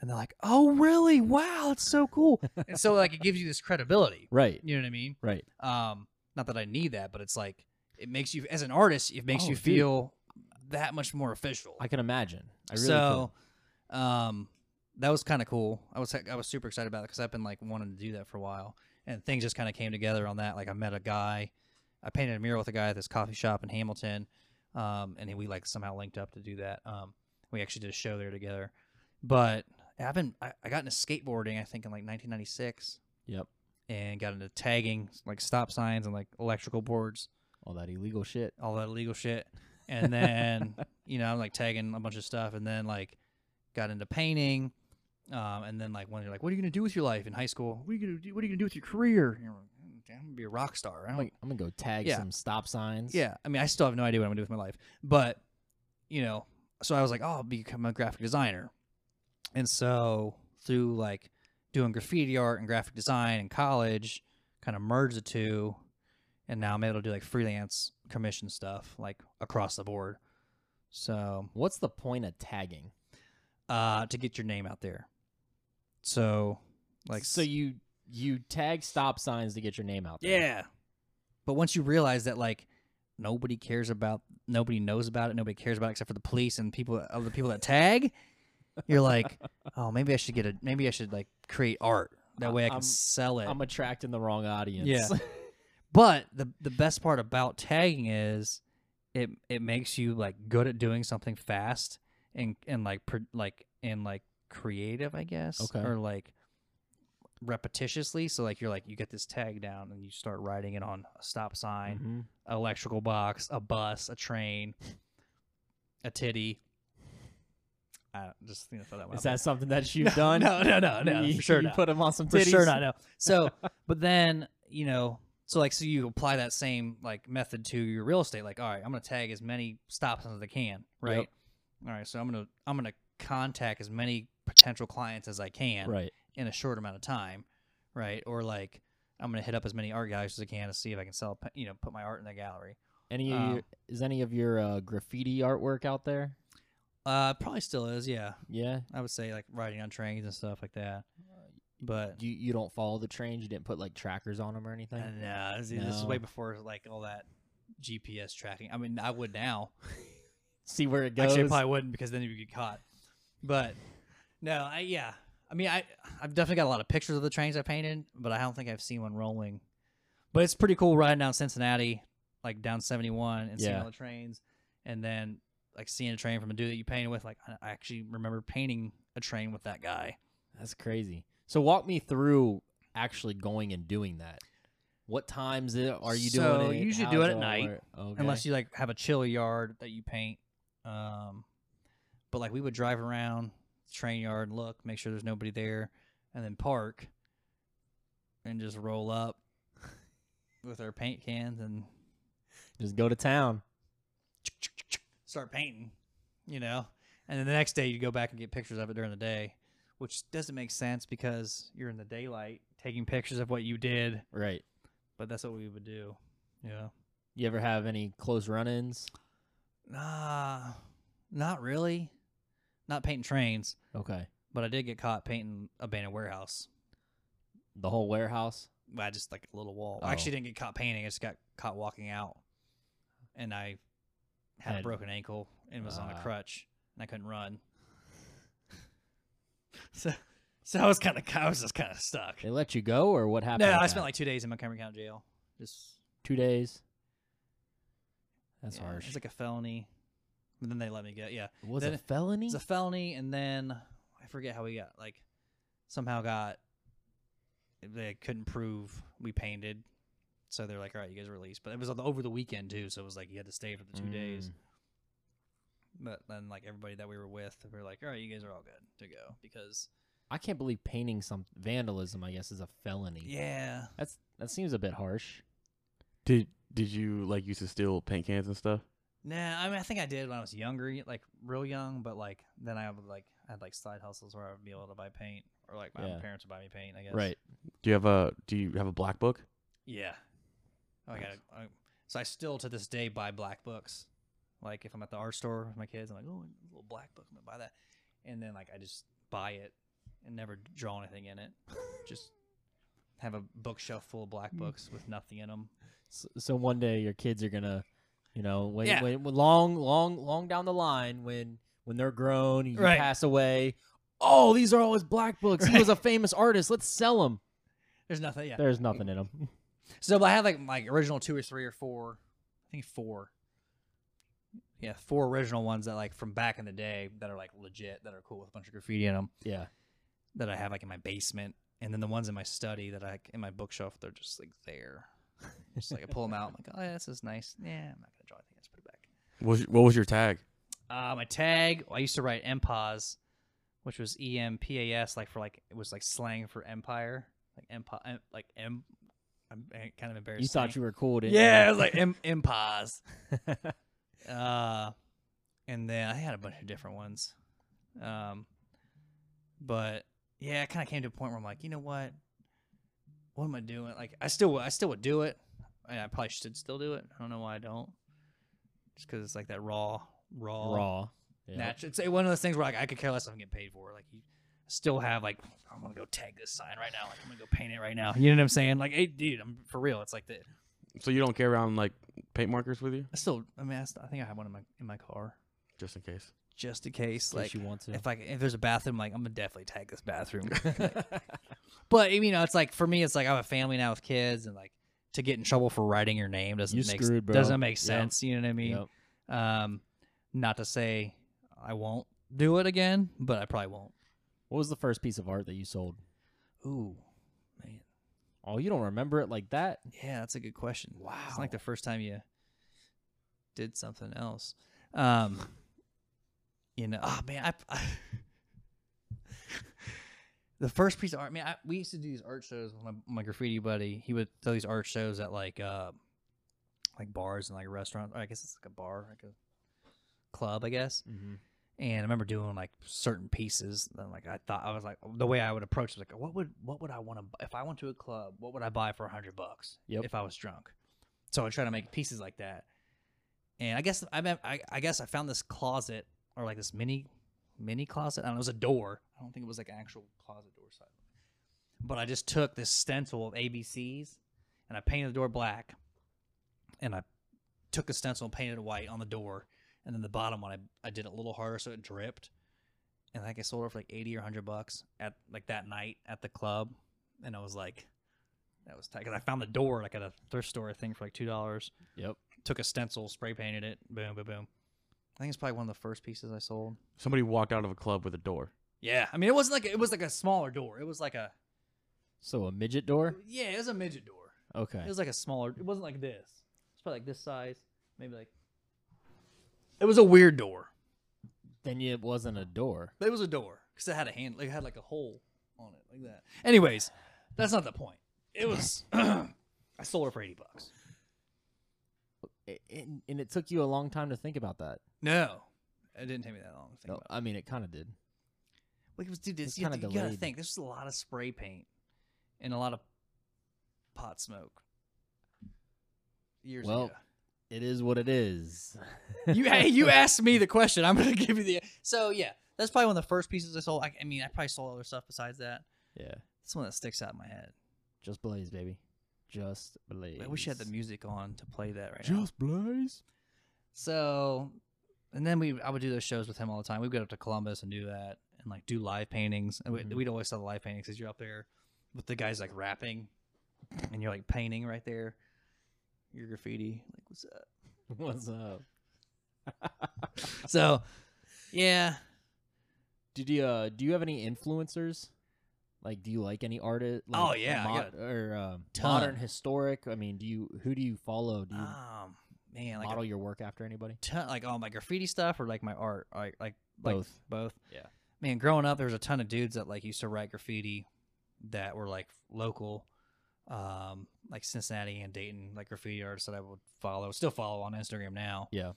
B: and they're like, oh really? Wow, that's so cool. and so like it gives you this credibility.
A: Right.
B: You know what I mean?
A: Right.
B: um not that i need that but it's like it makes you as an artist it makes
A: Oh,
B: you
A: dude.
B: feel that much more official
A: I can imagine. I really
B: so um that was kind of cool i was i was super excited about it because i've been like wanting to do that for a while and things just kind of came together on that like i met a guy i painted a mural with a guy at this coffee shop in hamilton um and we like somehow linked up to do that um we actually did a show there together but i've been i, I got into skateboarding i think in like 1996
A: could. Yep.
B: and got into tagging like stop signs and like electrical boards,
A: All that illegal shit.
B: all that illegal shit. And then you know I'm like tagging a bunch of stuff, and then like got into painting. Um, and then like when you're like, what are you gonna do with your life in high school? What are you gonna do? What are you gonna do with your career? And you're like, "Mm, I'm gonna be a rock star. I
A: I'm
B: don't
A: gonna, I'm gonna go tag
B: Yeah.
A: some stop signs.
B: yeah, I mean, I still have no idea what I'm gonna do with my life, but you know, so I was like, oh, I'll become a graphic designer, and so through like doing graffiti art and graphic design in college, kind of merged the two, and now I'm able to do like freelance commission stuff like across the board. So
A: What's the point of tagging?
B: uh, to get your name out there, so like
A: so you you tag stop signs to get your name out there.
B: Yeah. But once you realize that like nobody cares about nobody knows about it, nobody cares about it except for the police and people other people that tag, you're like, Oh, maybe I should get a maybe I should like create art. That way I can
A: I'm-
B: sell it.
A: I'm attracting the wrong audience.
B: Yeah. but the the best part about tagging is it it makes you like good at doing something fast and and like pr- like and like creative, I guess.
A: Okay.
B: Or like repetitiously. So like you're like you get this tag down and you start writing it on a stop sign.
A: Mhm.
B: electrical box, a bus, a train, a titty. I don't- just you know, throw that one.
A: Is
B: out
A: that something that you've
B: there.
A: done?
B: No, no, no, no.
A: you,
B: for sure
A: you
B: not.
A: put them on some
B: for
A: titties.
B: sure not. No. So, but then you know, so like, so you apply that same like method to your real estate. Like, all right, I'm gonna tag as many stop signs as I can. Right.
A: Yep.
B: All right. So I'm gonna I'm gonna contact as many potential clients as I can
A: Right.
B: in a short amount of time, right? Or like, I'm gonna hit up as many art galleries as I can to see if I can sell, a pa- you know, put my art in the gallery.
A: Any of
B: Um,
A: your, is any of your uh, graffiti artwork out there?
B: Uh, probably still is. Yeah,
A: Yeah.
B: I would say like riding on trains and stuff like that.
A: Uh,
B: But
A: You you don't follow the trains. You didn't put like trackers on them or anything.
B: uh, nah, this, this is
A: No.
B: way before like all that GPS tracking. I mean, I would now.
A: See where it goes.
B: Actually, I probably wouldn't because then you'd get caught. But no, I yeah. I mean, I I've definitely got a lot of pictures of the trains I painted, but I don't think I've seen one rolling. But it's pretty cool riding down Cincinnati, like down seventy one, and seeing
A: Yeah.
B: all the trains, and then like seeing a train from a dude that you painted with. Like I I actually remember painting a train with that guy.
A: That's crazy. So walk me through actually going and doing that. What times i- are you
B: So,
A: doing it?
B: you usually
A: How's
B: do it at
A: all
B: night,
A: work? Okay.
B: unless you like have a chill yard that you paint. Um, but like we would drive around the train yard, look, make sure there's nobody there, and then park, and just roll up with our paint cans and
A: just go to town.
B: start painting, you know. And then the next day you go back and get pictures of it during the day, which doesn't make sense because you're in the daylight taking pictures of what you did.
A: Right.
B: But that's what we would do. Yeah.
A: You ever have any close run-ins?
B: Nah, not really. Not painting trains,
A: Okay.
B: but I did get caught painting abandoned warehouse.
A: The whole warehouse.
B: Well, I just like a little wall. I actually
A: Oh.
B: didn't get caught painting. I just got caught walking out, and I had a
A: Had-
B: broken ankle and was on a
A: Ah.
B: crutch, and I couldn't run. so, so I was kind of, I was just kind of stuck.
A: They let you go, or what happened?
B: No,
A: with
B: I
A: that?
B: spent like two days in Montgomery County Jail. Just
A: two days. That's
B: yeah,
A: harsh.
B: It's like a felony. And then they let me get yeah.
A: was
B: then
A: it a felony?
B: It's a felony, and then I forget how we got like somehow got they couldn't prove we painted, so they're like, all right, you guys are released. But it was on the, over the weekend too, so it was like you had to stay for the two days.
A: Mm.
B: But then like everybody that we were with, we were like, all right, you guys are all good to go because
A: I can't believe painting some vandalism. I guess is a felony.
B: yeah,
A: That's that seems a bit harsh.
C: Did did you like used to steal paint cans and stuff?
B: nah. I mean, I think I did when I was younger, like real young, but like then I would like I had like side hustles where I would be able to buy paint or like my
A: Yeah.
B: parents would buy me paint. I guess
A: Right.
C: Do you have a do you have a black book?
B: Yeah. Oh, I got
C: Nice.
B: it. I- So I still to this day buy black books. Like if I'm at the art store with my kids, I'm like, oh, a little black book, I'm gonna buy that. And then like I just buy it and never draw anything in it. just have a bookshelf full of black books with nothing in them.
A: So, so one day your kids are gonna, you know, when,
B: Yeah.
A: when, when long, long, long down the line when when they're grown, you
B: Right.
A: pass away. Oh, these are all his black books. He was a famous artist. Let's sell them.
B: There's nothing. Yeah.
A: There's nothing in them.
B: So but I had like my original two or three or four, I think four. Yeah, four original ones that like from back in the day that are like legit, that are cool with a bunch of graffiti in them.
A: yeah.
B: that I have like in my basement, and then the ones in my study that I in my bookshelf, they're just like there. Just like I pull them out, I'm like, oh, yeah, this is nice. Yeah, I'm not gonna draw anything. Let's put it back.
C: What was, what was your tag?
B: Uh, my tag, I used to write MPAS, which was E M P A S, like for like it was like slang for empire, like empire, like M. I'm eh, kind of embarrassed.
A: You thought you were cool, didn't
B: Yeah, it
A: you?
B: was like M MPAS. uh, and then I had a bunch of different ones. Um, but yeah, I kind of came to a point where I'm like, you know what? What am I doing? Like, I still, I still would do it. And I probably should still do it. I don't know why I don't. Just because it's like that raw, raw,
A: raw. Yeah.
B: natural. It's one of those things where like I could care less if I'm getting paid for. it. Like, you still have like, I'm gonna go tag this sign right now. Like, I'm gonna go paint it right now. You know what I'm saying? Like, hey, dude, I'm for real. It's like the
C: So you don't carry around like paint markers with you,
B: I still, I mean, I, st- I think I have one in my in my car
C: just in case.
B: just in case.
A: In case
B: like,
A: you want to.
B: if I c- if there's a bathroom, like I'm gonna definitely tag this bathroom. but you know, it's like for me, it's like I have a family now with kids, and like to get in trouble for writing your name doesn't
A: You
B: make s-
A: screwed, bro.
B: doesn't make
A: Yep.
B: sense. You know what I mean?
A: Yep.
B: Um, not to say I won't do it again, but I probably won't.
A: What was the first piece of art that you sold?
B: Ooh, man,
A: Oh, you don't remember it like that?
B: yeah, that's a good question. Wow, it's like the first time you did something else. Um, you know, oh man, I, I the first piece of art. Man, I, we used to do these art shows with my, my graffiti buddy. He would throw these art shows at like uh, like bars and like restaurants. I guess it's like a bar, like a club, I guess.
A: Mm-hmm.
B: And I remember doing like certain pieces. And like I thought, I was like, the way I would approach it, like, what would what would I want to if I went to a club? What would I buy for a hundred bucks
A: Yep.
B: if I was drunk? So I try to make pieces like that. And I guess I, meant, I I guess I found this closet or like this mini mini closet. I don't know, it was a door. I don't think it was like an actual closet door side. But I just took this stencil of ABCs and I painted the door black. And I took a stencil and painted it white on the door. And then the bottom one, I, I did it a little harder so it dripped. And I think I sold it for like 80 or 100 bucks at like that night at the club. And I was like, that was tight. Because I found the door like at a thrift store thing for like $2.
A: Yep.
B: Took a stencil, spray painted it. Boom, boom, boom. I think it's probably one of the first pieces I sold.
C: Somebody walked out of a club with a door.
B: Yeah, I mean it wasn't like it was like a smaller door. It was like a
A: So a midget door?
B: yeah, it was a midget door.
A: Okay.
B: It was like a smaller. It wasn't like this. It's probably like this size, maybe like. It was a weird door.
A: then it wasn't a door.
B: It was a door because it had a hand. Like it had like a hole on it, like that. Anyways, that's not the point. It was. I sold it for eighty bucks.
A: A- And, and it took you a long time to think about that.
B: No, it didn't take me that long to think
A: No,
B: about.
A: I mean, it kind of did.
B: it. Like it was, dude, this
A: it's
B: you,
A: kinda
B: you gotta
A: delayed.
B: think. This was a lot of spray paint and a lot of pot smoke. Years
A: Well,
B: ago.
A: It is what it is.
B: you hey, you asked me the question. I'm gonna give you the so yeah. That's probably one of the first pieces I sold. I, I mean, I probably sold other stuff besides that.
A: Yeah.
B: It's one that sticks out in my head.
A: Just blaze, baby. Just blaze.
B: I wish I had the music on to play that right now.
A: Just blaze.
B: So, and then we, I would do those shows with him all the time. We'd go up to Columbus and do that, and like do live paintings. And we,
A: Mhm.
B: We'd always sell the live paintings because you're up there with the guys like rapping, and you're like painting right there, your graffiti. Like, what's up?
A: What's up?
B: so, yeah,
A: Did you uh do you have any influencers? Like, do you like any artist? Like,
B: Oh, yeah, I
A: mod- or um,
B: ton.
A: modern historic. I mean, do you who do you follow? Do you
B: um, man, like a
A: model your work after anybody?
B: ton, like all my graffiti stuff or like my art, like like like
A: Both.
B: both.
A: Yeah.
B: Man, growing up, there was a ton of dudes that like used to write graffiti that were like local, um, like Cincinnati and Dayton, like graffiti artists that I would follow, still follow on Instagram now.
A: Yeah.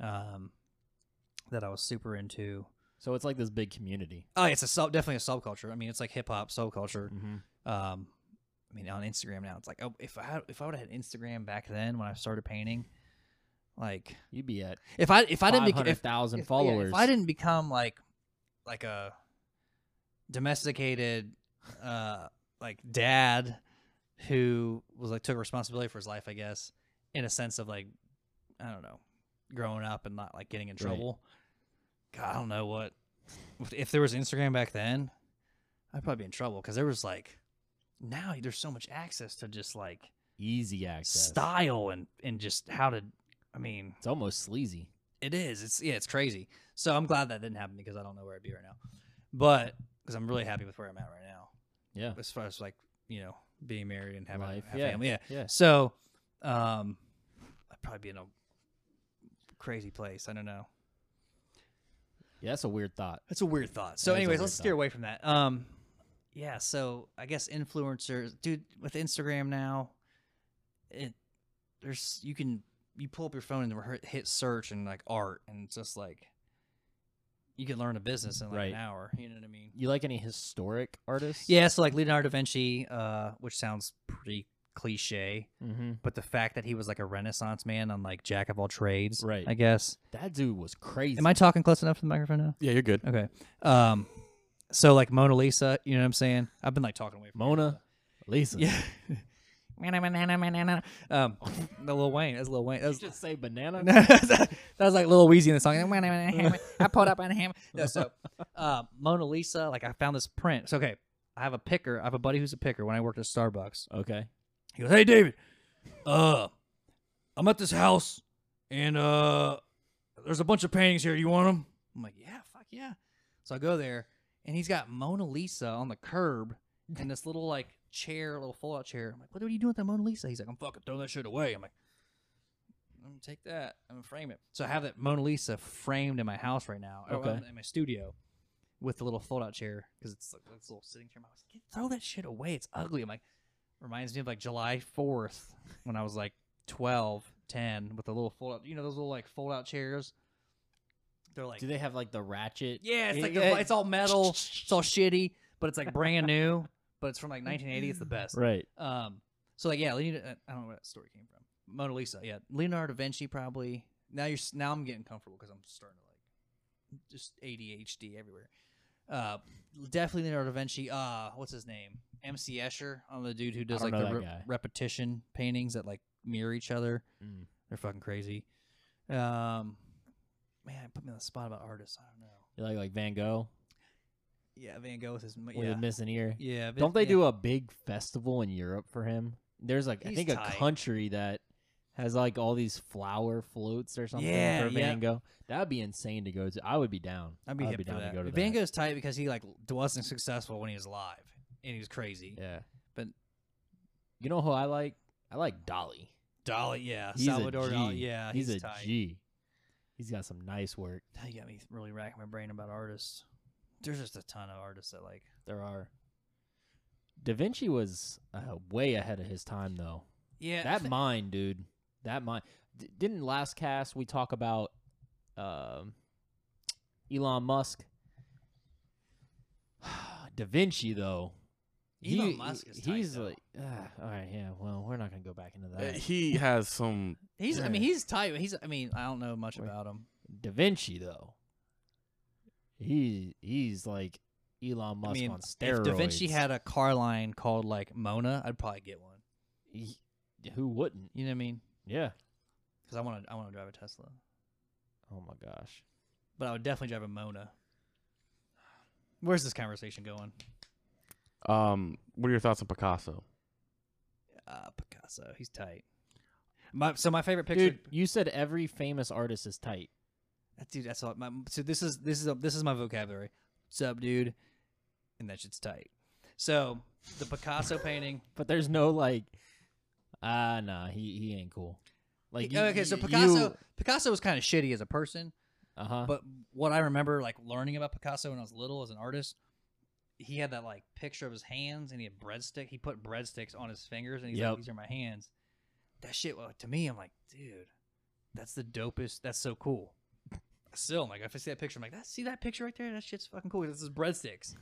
B: Um, that I was super into.
A: So it's like this big community.
B: Oh, it's a sub, definitely a subculture. I mean, it's like hip hop subculture.
A: Mm-hmm.
B: Um, I mean, on Instagram now, it's like, oh, if I had, if I would have had Instagram back then when I started painting, like
A: You'd be at
B: if I if I
A: five
B: didn't bec-
A: hundred
B: if
A: thousand
B: if- yeah,
A: followers.
B: if I didn't become like like a domesticated uh like dad who was like took responsibility for his life, I guess, in a sense of like I don't know, growing up and not like getting in
A: Right.
B: trouble. God, I don't know what if there was Instagram back then, I'd probably be in trouble because there was like now there's so much access to just like
A: easy access.
B: style and and just how to I mean
A: It's almost sleazy.
B: it is. It's yeah. It's crazy. So I'm glad that didn't happen because I don't know where I'd be right now. But because I'm really happy with where I'm at right now,
A: Yeah.
B: as far as like you know being married and having
A: Life,
B: a have
A: yeah.
B: family. Yeah.
A: Yeah.
B: So, um, I'd probably be in a crazy place. I don't know.
A: Yeah, that's a weird thought.
B: That's a weird thought. So,
A: That is a
B: anyways,
A: weird
B: let's steer
A: thought.
B: away from that. Um, yeah. So I guess influencers, dude, with Instagram now, it there's you can you pull up your phone and re- hit search and like art and it's just like you can learn a business in like
A: Right.
B: an hour. You know what I mean?
A: You like any historic artists?
B: Yeah. So like Leonardo da Vinci, uh, which sounds pretty cliche,
A: Mm-hmm.
B: but the fact that he was like a Renaissance man on like jack of all trades,
A: Right.
B: I guess.
A: That dude was crazy.
B: Am I talking close enough to the microphone now?
C: Yeah, you're good.
B: Okay. Um, so like Mona Lisa, you know what I'm saying? I've been like talking away from
A: Mona Lisa?
B: Yeah. Banana, banana, banana. Um, the Lil Wayne. That's Lil Wayne.
A: Did
B: That was,
A: you just say banana?
B: that was like Lil Weezy in the song. I pulled up on him. No, so uh, Mona Lisa. Like I found this print. So okay, I have a picker. I have a buddy who's a picker. When I worked at Starbucks,
A: Okay.
B: he goes, "Hey, David, uh, I'm at this house, and uh, there's a bunch of paintings here. You want them?" I'm like, "Yeah, fuck yeah." So I go there, and he's got Mona Lisa on the curb, and this little like chair, little fold-out chair. I'm like, "What are you doing with that Mona Lisa?" He's like, "I'm fucking throwing that shit away." I'm like, "I'm gonna take that. I'm gonna frame it." So I have that Mona Lisa framed in my house right now, or,
A: Okay.
B: um, in my studio. With the little fold-out chair, because it's like this little sitting chair. I was like, "Throw that shit away! It's ugly." I'm like, reminds me of like July 4th when I was like 12, 10 with the little fold out, you know, those little like fold out chairs. They're like,
A: Do they have like the ratchet?
B: yeah, it's like,
A: Yeah.
B: the, it's all metal, it's all shitty, but it's like brand new, but it's from like 1980. It's the best.
A: Right.
B: Um, so like, yeah, Leonardo, uh, I don't know where that story came from. Mona Lisa. Yeah. Leonardo da Vinci probably. Now you're, s- now I'm getting comfortable cause I'm starting to like just ADHD everywhere. Uh, definitely Leonardo da Vinci. Uh, what's his name? M.C. Escher. I don't know the dude who does
A: don't
B: like
A: know
B: the
A: that
B: re-
A: guy.
B: repetition paintings that like mirror each other.
A: Mm.
B: They're fucking crazy. Um, man, put me on the spot about artists. I don't know.
A: You like like Van Gogh
B: Yeah, Van Gogh with his m-
A: with
B: yeah,
A: a missing ear?
B: yeah. Vin-
A: Don't they
B: yeah.
A: do a big festival in Europe for him? There's like I
B: He's
A: think
B: tight.
A: a country that has like all these flower floats or something
B: Yeah,
A: for
B: yeah.
A: Van Gogh. That'd be insane to go to. I would be down.
B: I'd be,
A: I would
B: hip
A: be
B: for
A: down
B: that.
A: to go to
B: Van
A: that.
B: Gogh's tight because he like wasn't successful when he was alive, and he was crazy.
A: Yeah.
B: But-
A: you know who I like? I like Dolly.
B: Dolly, yeah,
A: He's
B: Salvador
A: a G.
B: Dali, yeah, he's,
A: he's, a
B: tight.
A: G. He's got some nice work.
B: Now You got me really racking my brain about artists. There's just a ton of artists that like.
A: There are. Da Vinci was uh, way ahead of his time, though.
B: Yeah,
A: that mind, dude. That mind. D- didn't last cast we talk about um, Elon Musk? da Vinci, though.
B: Elon Musk is tight,
A: he's
B: though.
A: like, ah, all right, yeah. Well, we're not gonna go back into
C: Uh,
A: that.
C: he has some.
B: he's. I
A: Yeah.
B: mean, he's tight. He's. I mean, I don't know much about him.
A: Da Vinci, though. He he's like Elon Musk
B: I mean,
A: on steroids.
B: if Da Vinci had a car line called like Mona, I'd probably get one.
A: He- who wouldn't?
B: You know what I mean?
A: Yeah.
B: Because I want to, I want to drive a Tesla,
A: Oh my gosh.
B: but I would definitely drive a Mona. Where's this conversation going?
C: Um, what are your thoughts on Picasso?
B: Uh, Picasso, he's tight. My, so my favorite picture,
A: Dude, you said every famous artist is tight.
B: That dude, that's all. My, so this is this is this is my vocabulary. Sub dude, and that shit's tight. So the Picasso painting.
A: But there's no like, ah, nah, he he ain't cool. Like, you,
B: okay, so Picasso Picasso was kind of shitty as a person,
A: uh huh.
B: but what I remember like learning about Picasso when I was little as an artist, he had that like picture of his hands and he had breadstick. He put breadsticks on his fingers and he's
A: Yep.
B: like, "These are my hands." That shit well, to me, I'm like, dude, that's the dopest. That's so cool. Still, I'm like, if I see that picture, I'm like, that see that picture right there? That shit's fucking cool. This is breadsticks,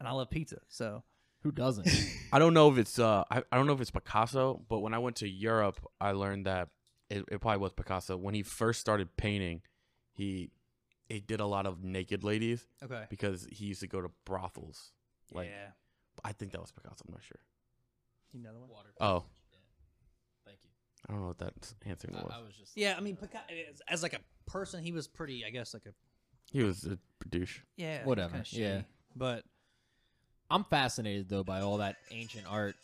B: and I love pizza. So
A: Who doesn't?
C: I don't know if it's uh, I, I don't know if it's Picasso, but when I went to Europe, I learned that it, it probably was Picasso. When he first started painting, he he did a lot of naked ladies
B: okay,
C: because he used to go to brothels. Like,
B: yeah,
C: I think that was Picasso. I'm not sure.
B: another one.
C: Oh.
A: Thank you.
C: I don't know what that s- answer was.
A: was just.
B: Yeah, I mean, Picasso as, as like a person, he was pretty. I guess like a
C: He was a douche.
B: yeah, he was
A: Whatever,
B: kinda shitty.
A: yeah.
B: but
A: I'm fascinated though by all that ancient art,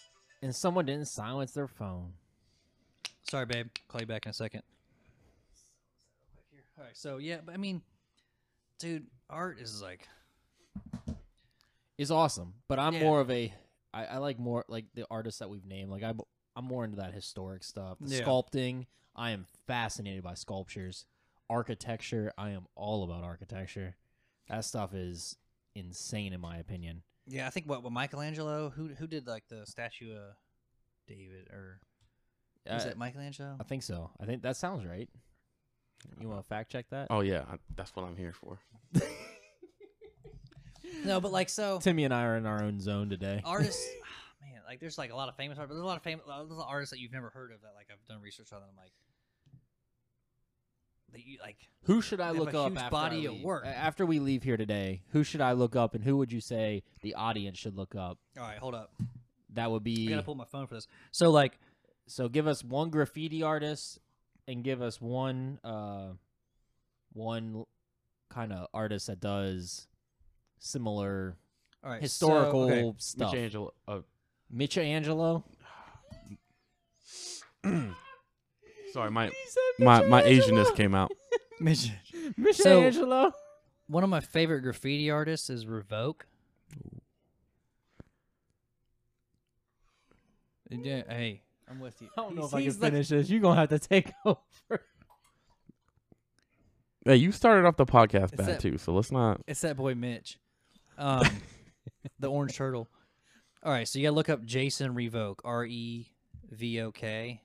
A: and someone didn't silence their phone.
B: Sorry, babe. Call you back in a second. All right. So yeah, but I mean, dude, art is like
A: It's awesome, but I'm
B: Yeah.
A: more of a. I, I like more like the artists that we've named. Like I, I'm more into that historic stuff. The
B: Yeah.
A: sculpting, I am fascinated by sculptures. Architecture, I am all about architecture. That stuff is insane in my opinion.
B: yeah. I think what, what Michelangelo who who did like the statue of David or is
A: Uh,
B: it Michelangelo?
A: I think so. I think that sounds right. You want to fact check that?
C: Oh yeah, I, that's what I'm here for.
B: No, but like so
A: Timmy and I are in our own zone today.
B: artists. Man, like there's like a lot of famous art, but there's a lot of famous there's a lot of artists that you've never heard of that like I've done research on. And I'm like, that you like
A: Who should I
B: They have
A: look
B: a
A: up
B: huge
A: after
B: body
A: I
B: of
A: leave?
B: work.
A: A- After we leave here today, who should I look up and who would you say the audience should look up?
B: all right, hold up,
A: That would
B: I
A: be
B: gotta pull my phone for this. So like
A: so give us one graffiti artist and give us one uh one kind of artist that does similar
B: all right, so-
A: historical
B: okay.
A: stuff.
C: Michelangelo. Uh,
A: Michelangelo?
C: sorry, my my my Asianness came out.
A: Michelangelo.
B: One of my favorite graffiti artists is Revoke. Yeah, hey, I'm with you.
A: I don't know if I can
B: He's like-
A: finish this. You're gonna have to take over.
C: Hey, you started off the podcast
B: It's
C: bad
B: that-
C: too, so let's not.
B: It's that boy Mitch, um, the orange turtle. All right, so you gotta look up Jason Revoke, R E V O K.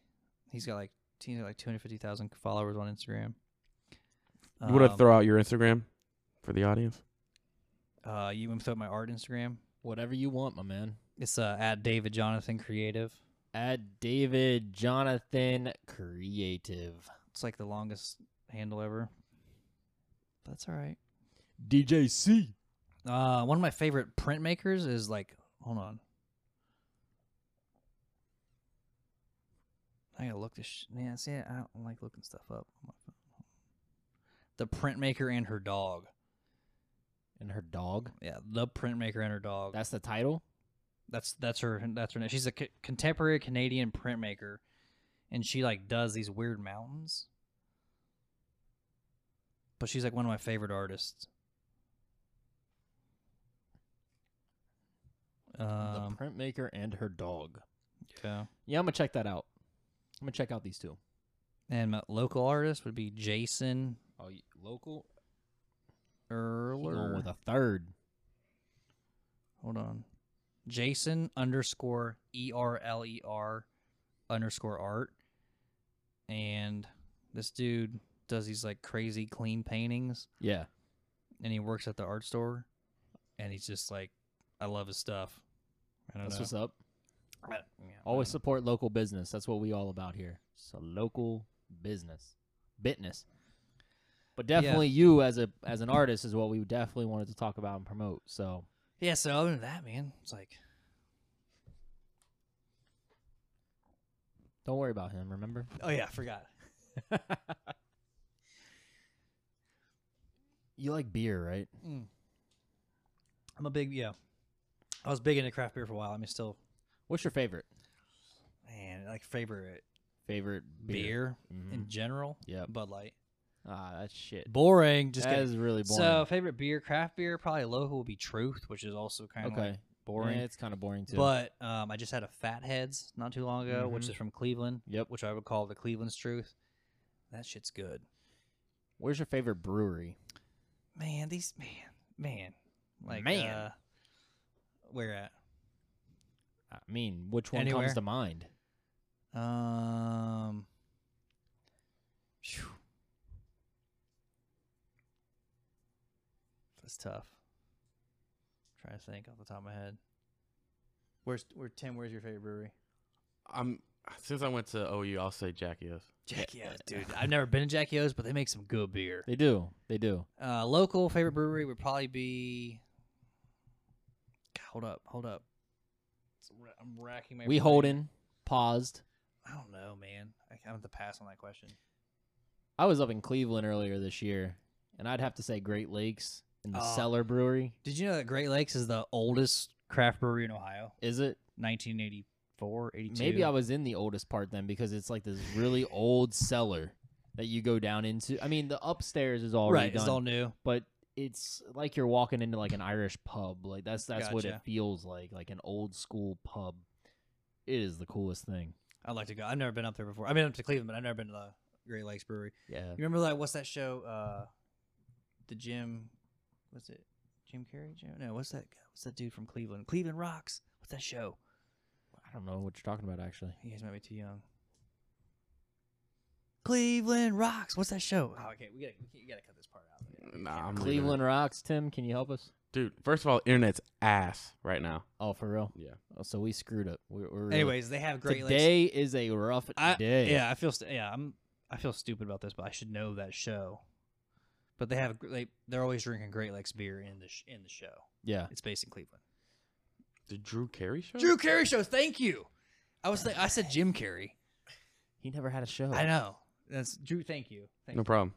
B: He's got like he's got like 250,000 followers on Instagram.
C: You want to
B: Um,
C: throw out your Instagram for the audience?
B: Uh, you want me to throw up my art Instagram?
A: Whatever you want, my man.
B: It's uh, at David Jonathan Creative.
A: At David Jonathan Creative.
B: It's like the longest handle ever. But that's all right.
A: DJ C.
B: Uh, one of my favorite printmakers is like, hold on. I gotta look this. Sh- yeah, see, I don't like looking stuff up. on my phone. The printmaker and her dog.
A: And her dog.
B: Yeah, the printmaker and her dog.
A: That's the title.
B: That's that's her that's her name. She's a c- contemporary Canadian printmaker, and she like does these weird mountains. But she's like one of my favorite artists. Um,
A: the printmaker and her dog.
B: yeah.
A: Yeah, I'm gonna check that out. I'm gonna check out these two.
B: And my local artist would be Jason
A: Oh, y- local. He going
B: Erler.
A: with a third.
B: Hold on, Jason underscore E R L E R underscore art, and this dude does these like crazy clean paintings.
A: Yeah.
B: and he works at the art store, and he's just like, I love his stuff. I don't
A: That's what's
B: know.
A: up.
B: Yeah, I
A: Always
B: don't
A: support local business. That's what we all about here. So local business. Bitness.
B: know.
A: But definitely you as a as an artist is what we definitely wanted to talk about and promote. So
B: Yeah, so other than that, man, it's like
A: don't worry about him, remember?
B: oh yeah, I forgot.
A: You like beer, right?
B: mm. I'm a big yeah. I was big into craft beer for a while. I mean still
A: What's your favorite?
B: man, like favorite
A: Favorite
B: beer,
A: beer. Mm-hmm.
B: in general.
A: Mm. Yep.
B: Bud Light.
A: Ah, that's shit.
B: Boring. Just
A: that
B: kidding.
A: is really boring.
B: So favorite beer, craft beer, probably local would be Truth, which is also kind of
A: okay.
B: like boring.
A: Yeah, it's kind of boring too.
B: but um, I just had a Fatheads not too long ago, which
A: Mhm.
B: is from Cleveland,
A: yep.
B: which I would call the Cleveland's Truth. That shit's good,
A: Where's your favorite brewery?
B: man. These man, man, like
A: Man.
B: uh, where at?
A: I mean, which one
B: Anywhere.
A: comes to mind?
B: Um, phew. that's tough. trying to think off the top of my head. Where's where Tim? Where's your favorite brewery?
C: I'm since I went to OU, I'll say Jackie O's.
B: Jackie O's, dude. I've never been to Jackie O's, but they make some good beer.
A: They do. They do.
B: Uh, local favorite brewery would probably be. God, hold up, hold up. It's ra- I'm racking my.
A: We
B: brain.
A: holding paused.
B: I don't know, man. I kind of have to pass on that question.
A: I was up in Cleveland earlier this year, and I'd have to say Great Lakes and the
B: Oh.
A: Cellar Brewery.
B: Did you know that Great Lakes is the oldest craft brewery in Ohio?
A: Is it?
B: 1984, 82.
A: Maybe I was in the oldest part then because it's like this really old cellar that you go down into. I mean, the upstairs is all
B: right.
A: redone,
B: It's all new.
A: but it's like you're walking into like an Irish pub. Like that's that's what it
B: Gotcha.
A: feels like, like an old school pub. It is the coolest thing.
B: I'd like to go. I've never been up there before. I've been up to Cleveland, but I've never been to the Great Lakes Brewery.
A: Yeah.
B: You remember like what's that show? Uh, the Jim, what's it? Jim Carrey? Jim? No, what's that? guy- What's that dude from Cleveland? Cleveland Rocks. What's that show?
A: I don't know what you're talking about actually.
B: You guys might be too young. Cleveland Rocks. What's that show? Oh, okay, we gotta we gotta cut this part out.
C: Nah, I'm leaving it.
A: Cleveland Rocks, Tim, can you help us?
C: Dude, first of all, internet's ass right now.
A: Oh, for real?
C: Yeah.
A: Oh, so we screwed up. We're, we're really-
B: Anyways, they have Great Lakes.
A: today is a rough
B: I,
A: day.
B: Yeah, I feel st- yeah, I'm I feel stupid about this, but I should know that show. But they have gr- they they're always drinking Great Lakes beer in the sh- in the show.
A: Yeah.
B: It's based in Cleveland.
C: The Drew Carey show?
B: Drew Carey show. Thank you. I was th- I said Jim Carrey.
A: He never had a show.
B: I know. That's Drew. Thank you. Thank
C: No problem.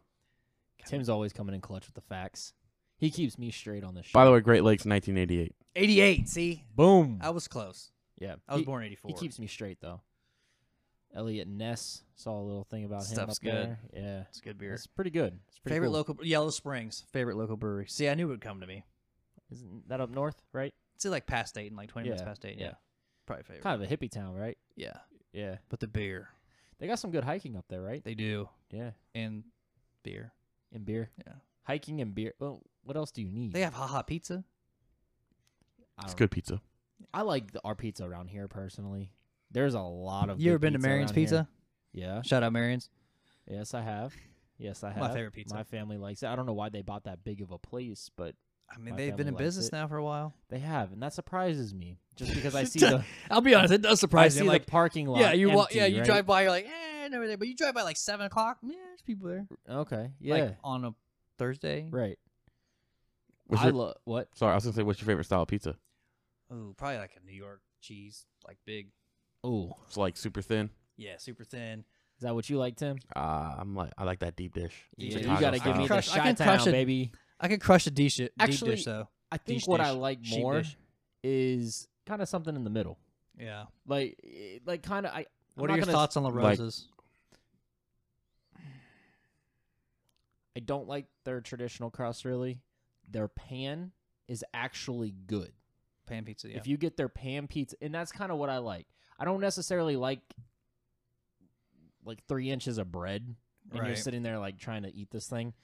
A: Tim's always coming in clutch with the facts. He keeps me straight on this show.
C: By the way, Great Lakes 1988.
B: you. 88. See,
A: boom.
B: I was close.
A: yeah.
B: I was
A: he,
B: born 84.
A: He keeps me straight though. Elliot Ness saw a little thing about him.
B: Stuff's
A: up
B: good.
A: There. Yeah.
B: It's good beer.
A: It's pretty good. It's pretty
B: favorite
A: cool.
B: local Yellow Springs. Favorite local brewery. See, I knew it would come to me.
A: Isn't that up north, right?
B: It's like past eight and like 20 minutes
A: Yeah,
B: past eight. Yeah.
A: yeah.
B: Probably favorite.
A: Kind of a hippie town, right?
B: Yeah.
A: Yeah.
B: But the beer.
A: They got some good hiking up there, right?
B: They do.
A: Yeah.
B: And beer.
A: And beer.
B: Yeah.
A: Hiking and beer. Well, what else do you need?
B: They have haha pizza.
A: I
C: It's
B: Oh.
A: don't-
C: good pizza.
A: I like the, our pizza around here personally. There's a lot of.
B: You
A: good
B: ever been to
A: pizza
B: Marion's
A: around here.
B: Pizza?
A: Yeah.
B: Shout out Marion's.
A: Yes, I have. Yes, I have.
B: My favorite pizza.
A: My family likes it. I don't know why they bought that big of a place, but
B: I mean,
A: My
B: they've been
A: family
B: in
A: likes
B: business
A: it.
B: now for a while.
A: they have, and that surprises me. Just because I see the
B: I'll be honest, it does
A: I
B: surprise
A: see
B: me. Like,
A: the parking lot.
B: yeah, you walk,
A: empty,
B: yeah, you
A: right?
B: drive by, you're like, eh, never there. But you drive by like seven o'clock, yeah, there's people there.
A: Okay. Yeah.
B: Like on a Thursday.
A: right.
C: What's
A: I
C: your-
A: love what
C: Sorry, I was going to say, what's your favorite style of pizza?
B: Ooh, probably like a New York cheese, like big.
A: oh
C: It's like super thin.
B: Yeah, super thin.
A: is that what you like, Tim?
C: Uh, I'm like, I like that deep dish.
B: Yeah,
A: you
C: Chicago
A: gotta
C: style.
A: give me the
B: Crush- I
A: shy
B: can crush
A: town,
B: it.
A: baby.
B: I could crush a deep, shi
A: Actually-
B: deep dish though.
A: I think
B: Dish
A: what I
B: dish,
A: like
B: sheep
A: more
B: dish.
A: is kind of something in the middle,
B: Yeah.
A: like eh, like kind of. I I'm not
B: What are your
A: gonna-
B: thoughts on La
C: like-
B: Rosa's?
A: I don't like their traditional crust really. Their pan is actually good.
B: Pan pizza. Yeah.
A: If you get their pan pizza, and that's kind of what I like. I don't necessarily like like three inches of bread, and you're
B: Right.
A: sitting there like trying to eat this thing.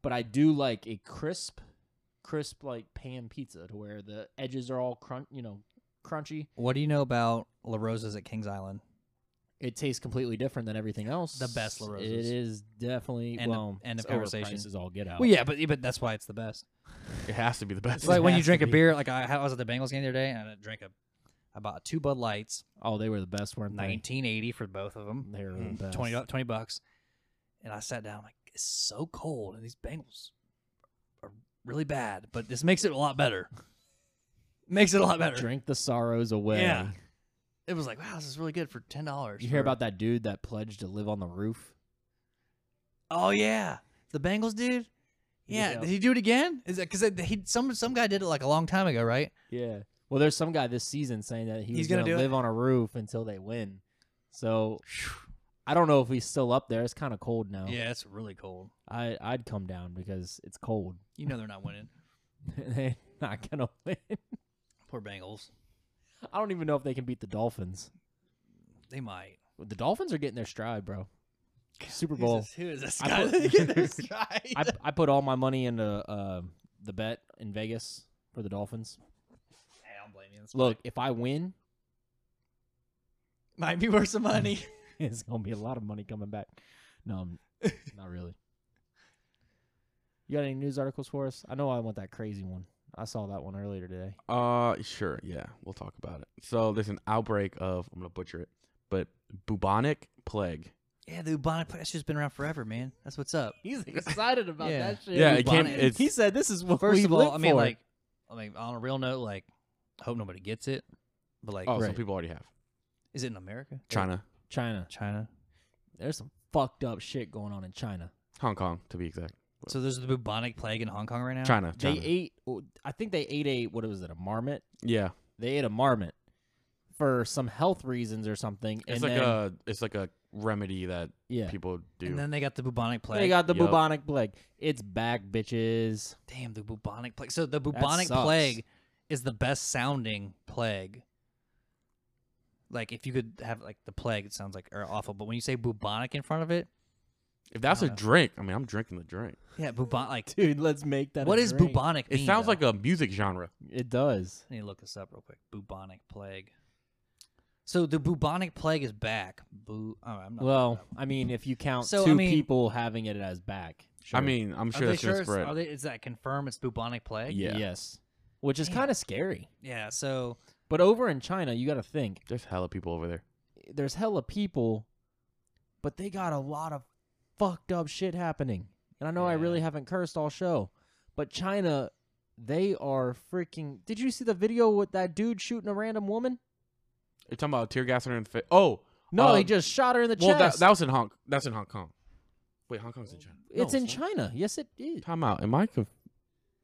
A: But I do like a crisp, crisp like pan pizza to where the edges are all crunch, you know, crunchy.
B: what do you know about La Rosa's at Kings Island?
A: It tastes completely different than everything else.
B: The best La
A: It
B: Rosa's.
A: is definitely
B: End of-
A: well.
B: end of
A: it's
B: conversation.
A: overpriced as all get out.
B: Well, yeah, but but that's why it's the best.
C: It has to be the best.
B: It's like when you
A: has to
B: drink a
A: be.
B: beer. Like I, I was at the Bengals game the other day, and I drank a, I bought two Bud Lights,
A: Oh, they were the best, weren't they?
B: nineteen eighty for both of them,
A: They were the best.
B: 20, 20 bucks, and I sat down. I'm like, it's so cold and these Bengals are really bad, but this makes it a lot better. makes it a lot better.
A: Drink the sorrows away.
B: Yeah. It was like, wow, this is really good for ten dollars.
A: You hear about that dude that pledged to live on the roof?
B: Oh yeah, the Bengals dude. Yeah,
A: Yeah.
B: did he do it again? Is that because he some some guy did it like a long time ago, right?
A: Yeah. Well, there's some guy this season saying that he
B: He's
A: was
B: gonna
A: going
B: do
A: to
B: it?
A: live on a roof until they win. So I don't know if he's still up there. It's kind of cold now.
B: Yeah, it's really cold.
A: I I'd come down because it's cold.
B: You know they're not winning.
A: They're not gonna win.
B: Poor Bengals.
A: I don't even know if they can beat the Dolphins.
B: They might.
A: The Dolphins are getting their stride, bro. Super Bowl.
B: Who is this
A: I
B: guy?
A: put-
B: that get their stride?
A: I I put all my money into uh, the bet in Vegas for the Dolphins.
B: Hey, I don't blame you. That's
A: Look, if I win,
B: might be worth some money.
A: it's gonna be a lot of money coming back. No, I'm not really. You got any news articles for us? I know I want that crazy one. I saw that one earlier today.
C: Uh, sure. Yeah, we'll talk about it. So there's an outbreak of I'm gonna butcher it, but bubonic plague.
B: yeah, the bubonic plague. That's just been around forever, man. That's what's up.
A: He's excited about
B: Yeah. that
A: shit.
C: Yeah, it can't.
B: bubonic.
C: It's
A: he said this is what
B: First
A: we
B: of all,
A: live
B: I mean,
A: for.
B: like, I mean, on a real note, like, I hope nobody gets it. But like,
C: oh, some
A: Right.
C: people already have
B: is it in America?
C: China,
A: China.
B: China.
A: There's some fucked up shit going on in China.
C: Hong Kong to be exact.
B: So there's the bubonic plague in Hong Kong right now.
C: China, China.
A: They ate. I think they ate a what was it? A marmot.
C: yeah,
A: They ate a marmot for some health reasons or something. and
C: it's like
A: then,
C: a it's like a remedy that
A: yeah.
C: people do.
B: And then they got the bubonic plague.
A: They got the
C: Yup.
A: bubonic plague. It's back, bitches.
B: Damn, the bubonic plague. So the bubonic
A: sucks.
B: plague is the best sounding plague. Like if you could have like the plague, it sounds like or awful. But when you say bubonic in front of it,
C: if that's
B: I
C: a
B: don't know.
C: drink, I mean, I'm drinking the drink.
B: yeah, bubonic. Like
A: Dude, let's make that.
B: what
A: a
B: is
A: drink.
B: bubonic?
C: It
B: mean,
C: sounds
B: though?
C: like a music genre.
A: It does.
B: I need to look this up real quick. Bubonic plague. So the bubonic plague is back. Boo. Oh, I'm not.
A: Well, I mean, if you count
B: So, I
A: two
B: mean-
A: people having it as back, sure.
C: I mean, I'm
B: are
C: sure
B: they
C: that's
B: sure?
C: gonna
B: it's-
C: spread.
B: Are they, is that confirmed? It's bubonic plague.
C: Yeah.
A: yes, which is
B: Damn.
A: kind of scary.
B: Yeah. So
A: But over in China, you got to think
C: There's hella people over there.
A: there's hella people, but they got a lot of fucked up shit happening. And I know I
B: Yeah.
A: really haven't cursed all show, but China, they are freaking. Did you see the video with that dude shooting a random woman?
C: You're talking about tear gas in the face. Oh,
A: No, he
C: Um,
A: just shot her in the
C: well, that,
A: chest.
C: that was in Hong. That's in Hong Kong. Wait, Hong Kong's in China.
A: it's
C: No,
A: in
C: not.
A: China. Yes, it is.
C: Time out. Am I? Conf-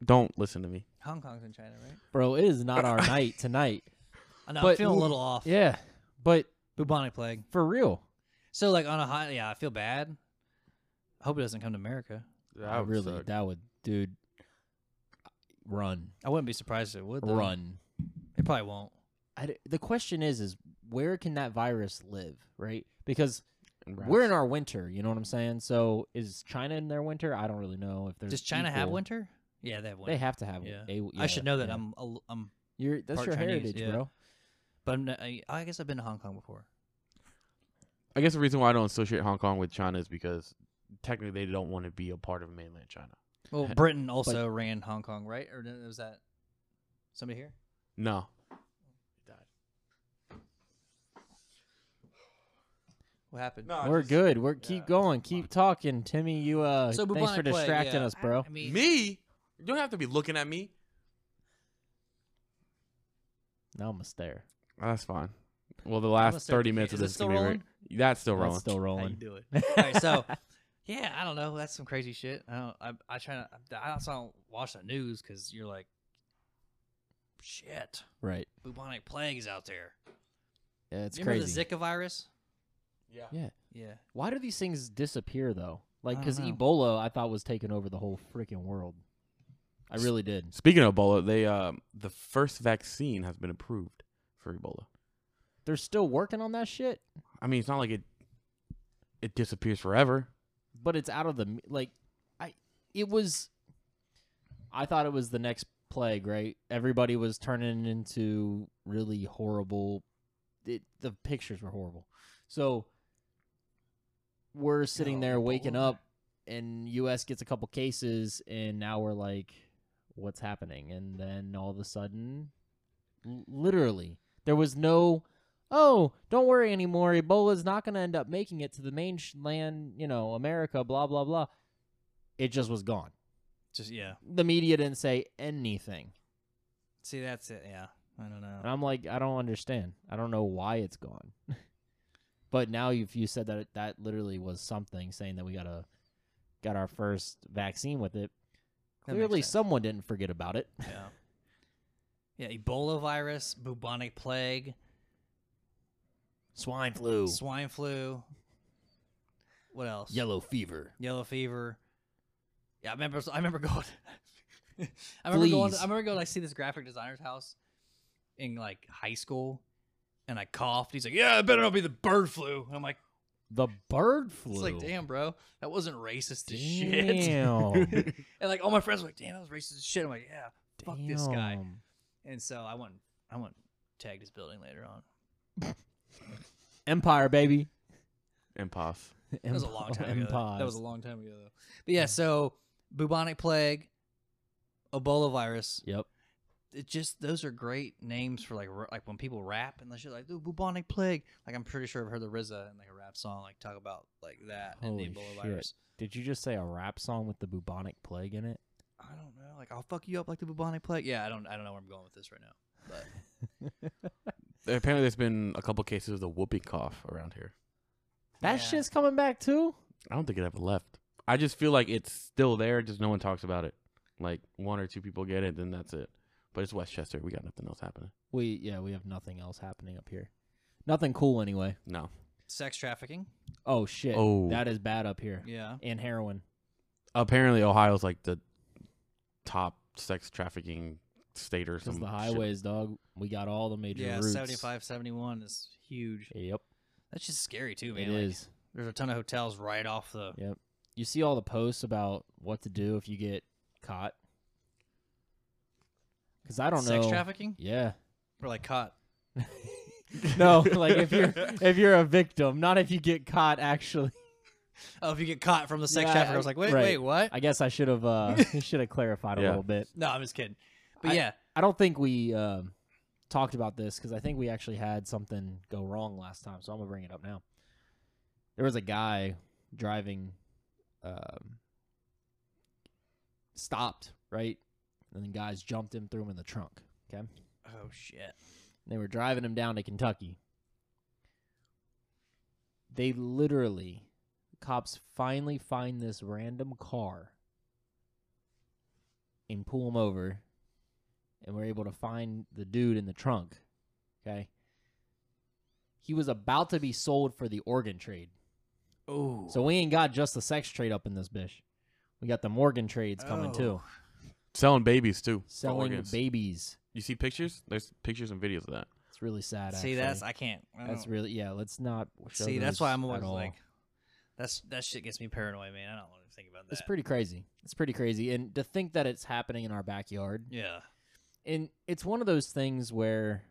C: Don't listen to me.
B: Hong Kong's in China, right?
A: Bro, it is not our night tonight.
B: I know. I'm
A: But-
B: feeling a little off.
A: Yeah, but
B: Bubonic plague.
A: for real,
B: So like on a high, yeah, I feel bad. I hope it doesn't come to America.
C: That
A: I
C: would
A: really,
C: suck.
A: that would, dude, run,
B: I wouldn't be surprised if it would. Though.
A: run.
B: It probably won't.
A: I d the question is, is where can that virus live, right? Because
C: And
A: we're in
C: rats.
A: our winter. You know what I'm saying? So is China in their winter? I don't really know if there's.
B: Does China have
A: equal-
B: winter? Yeah, they have winter.
A: They have to have.
B: Yeah.
A: A,
B: I should know that.
A: yeah.
B: I'm. a- I'm.
A: You're, that's
B: part
A: your
B: Chinese,
A: heritage,
B: yeah.
A: bro.
B: But I'm. Not, I, I guess I've been to Hong Kong before.
C: I guess the reason why I don't associate Hong Kong with China is because technically they don't want to be a part of mainland China.
B: Well, Britain also ran Hong Kong, right? Or no- was that somebody here?
C: No.
B: What happened?
A: We're good. We're keep
C: yeah,
A: going. Keep talking, Timmy. You uh,
B: So
A: thanks for
B: bubonic plague,
A: distracting
B: yeah.
A: us, bro.
B: I mean,
C: Me? You don't have to be looking at me.
A: now I'm a stare.
C: Oh, That's fine. Well, the
B: gonna
C: last
B: start-
C: thirty minutes
B: is
C: of
B: it
C: this is
B: still
C: gonna be
B: rolling?
C: re- That's still
A: That's
C: rolling.
A: still
B: how you
A: rolling.
B: do it? All right, so yeah, I don't know. That's some crazy shit. I don't. I, I try to. I also don't watch the news because you're like, shit.
A: Right.
B: bubonic plagues out there.
A: Yeah, it's
B: you
A: crazy.
B: remember the Zika virus?
C: yeah.
A: yeah.
B: Yeah.
A: Why do these things disappear though? Like,
B: I
A: because
B: don't know.
A: Ebola, I thought was taking over the whole freaking world. I
C: S-
A: really did.
C: Speaking of Ebola, they um the first vaccine has been approved for Ebola.
A: They're still working on that shit,
C: I mean, it's not like it it disappears forever.
A: but it's out of the m- like. I it was. I thought it was the next plague, right? Everybody was turning into really horrible. It, the pictures were horrible. So we're sitting
B: No,
A: there waking
B: Ebola.
A: up, and U.S. gets a couple cases, and now we're like, "What's happening?" And then all of a sudden, l- literally, there was no, "Oh, don't worry anymore. Ebola is not going to end up making it to the mainland, you know, America." Blah blah blah. It just was gone.
B: Just yeah.
A: The media didn't say anything.
B: See, that's it. Yeah, I don't know.
A: And I'm like, I don't understand. I don't know why it's gone. but now if you said that it- that literally was something saying that we got a got our first vaccine with it,
B: That makes
A: clearly
B: sense.
A: someone didn't forget about it.
B: Yeah. Yeah, Ebola virus, bubonic plague,
A: Swine flu,
B: swine flu. What else?
A: yellow fever.
B: Yellow fever. Yeah, I remember. I remember going. I remember going.
A: Fleas.
B: I remember going. Like, see this graphic designer's house in like high school, and I coughed. He's like, "Yeah, it better not be the bird flu." And I'm like,
A: The bird flu.
B: "It's like, damn, bro, that wasn't racist as shit."
A: Damn.
B: and like all my friends were like, "Damn, that was racist as shit." I'm like, "Yeah, fuck this guy."
A: Damn.
B: And so I went. I went tagged his building later on.
A: Empire, baby.
C: Impof.
B: That was a long time ago. though. That was
A: Empires.
B: a long time ago, though. But yeah, so bubonic plague, Ebola virus.
A: Yep.
B: It just those are great names for like r- like when people rap and they shit like the bubonic plague. Like I'm pretty sure I've heard the RZA in like a rap song like talk about like that
A: Holy
B: and the Ebola
A: shit.
B: virus.
A: Did you just say a rap song with the bubonic plague in it?
B: I don't know. Like I'll fuck you up like the bubonic plague. Yeah, I don't I don't know where I'm going with this right now. But
C: Apparently, there's been a couple cases of the whoopee cough around here.
A: That
B: Yeah.
A: shit's coming back too.
C: I don't think it ever left. I just feel like it's still there, just no one talks about it. Like one or two people get it, then that's it. But it's Westchester. We got nothing else happening.
A: We yeah, we have nothing else happening up here. Nothing cool anyway.
C: No.
B: sex trafficking.
A: Oh shit.
C: Oh.
A: That is bad up here.
B: Yeah.
A: And heroin.
C: Apparently, Ohio's like the top sex trafficking state or
A: Because
C: something.
A: the highways, dog. We got all the major
B: Yeah,
A: routes.
B: 75, 71 is huge.
A: Yep.
B: That's just scary too,
A: It
B: man.
A: is.
B: Like, There's a ton of hotels right off the
A: You see all the posts about what to do if you get caught. Cause I don't
B: sex
A: know.
B: trafficking
A: Yeah.
B: or like caught.
A: No, like if you're if you're a victim, not if you get caught actually.
B: Oh, if you get caught from the sex
A: Yeah,
B: trafficker, I
A: I-
B: was like, wait,
A: right.
B: wait, what?
A: I guess I should have uh should have clarified a
C: Yeah.
A: little bit.
B: no, I'm just kidding. But
A: I-
B: yeah,
A: I don't think we um, talked about this because I think we actually had something go wrong last time, so I'm gonna bring it up now. There was a guy driving, um, stopped right, and then guys jumped him, threw him in the trunk. Okay, and
B: oh shit,
A: they were driving him down to Kentucky. They literally, cops finally find this random car and pull him over, and we're able to find the dude in the trunk. Okay. He was about to be sold for the organ trade.
B: oh,
A: So we ain't got just the sex trade up in this bitch. We got the Morgan trades
B: Oh.
A: coming too.
C: selling babies too. for
A: Selling
C: organs.
A: babies.
C: You see pictures? There's pictures and videos of that.
A: It's really sad.
B: see,
A: actually.
B: that's I can't. I
A: that's
B: don't-
A: really yeah. Let's not show
B: see, that's
A: those
B: why I'm
A: at
B: always
A: all.
B: like, that's that shit gets me paranoid, man. I don't want to think about that.
A: It's pretty crazy. It's pretty crazy, and to think that it's happening in our backyard,
B: yeah,
A: and it's one of those things where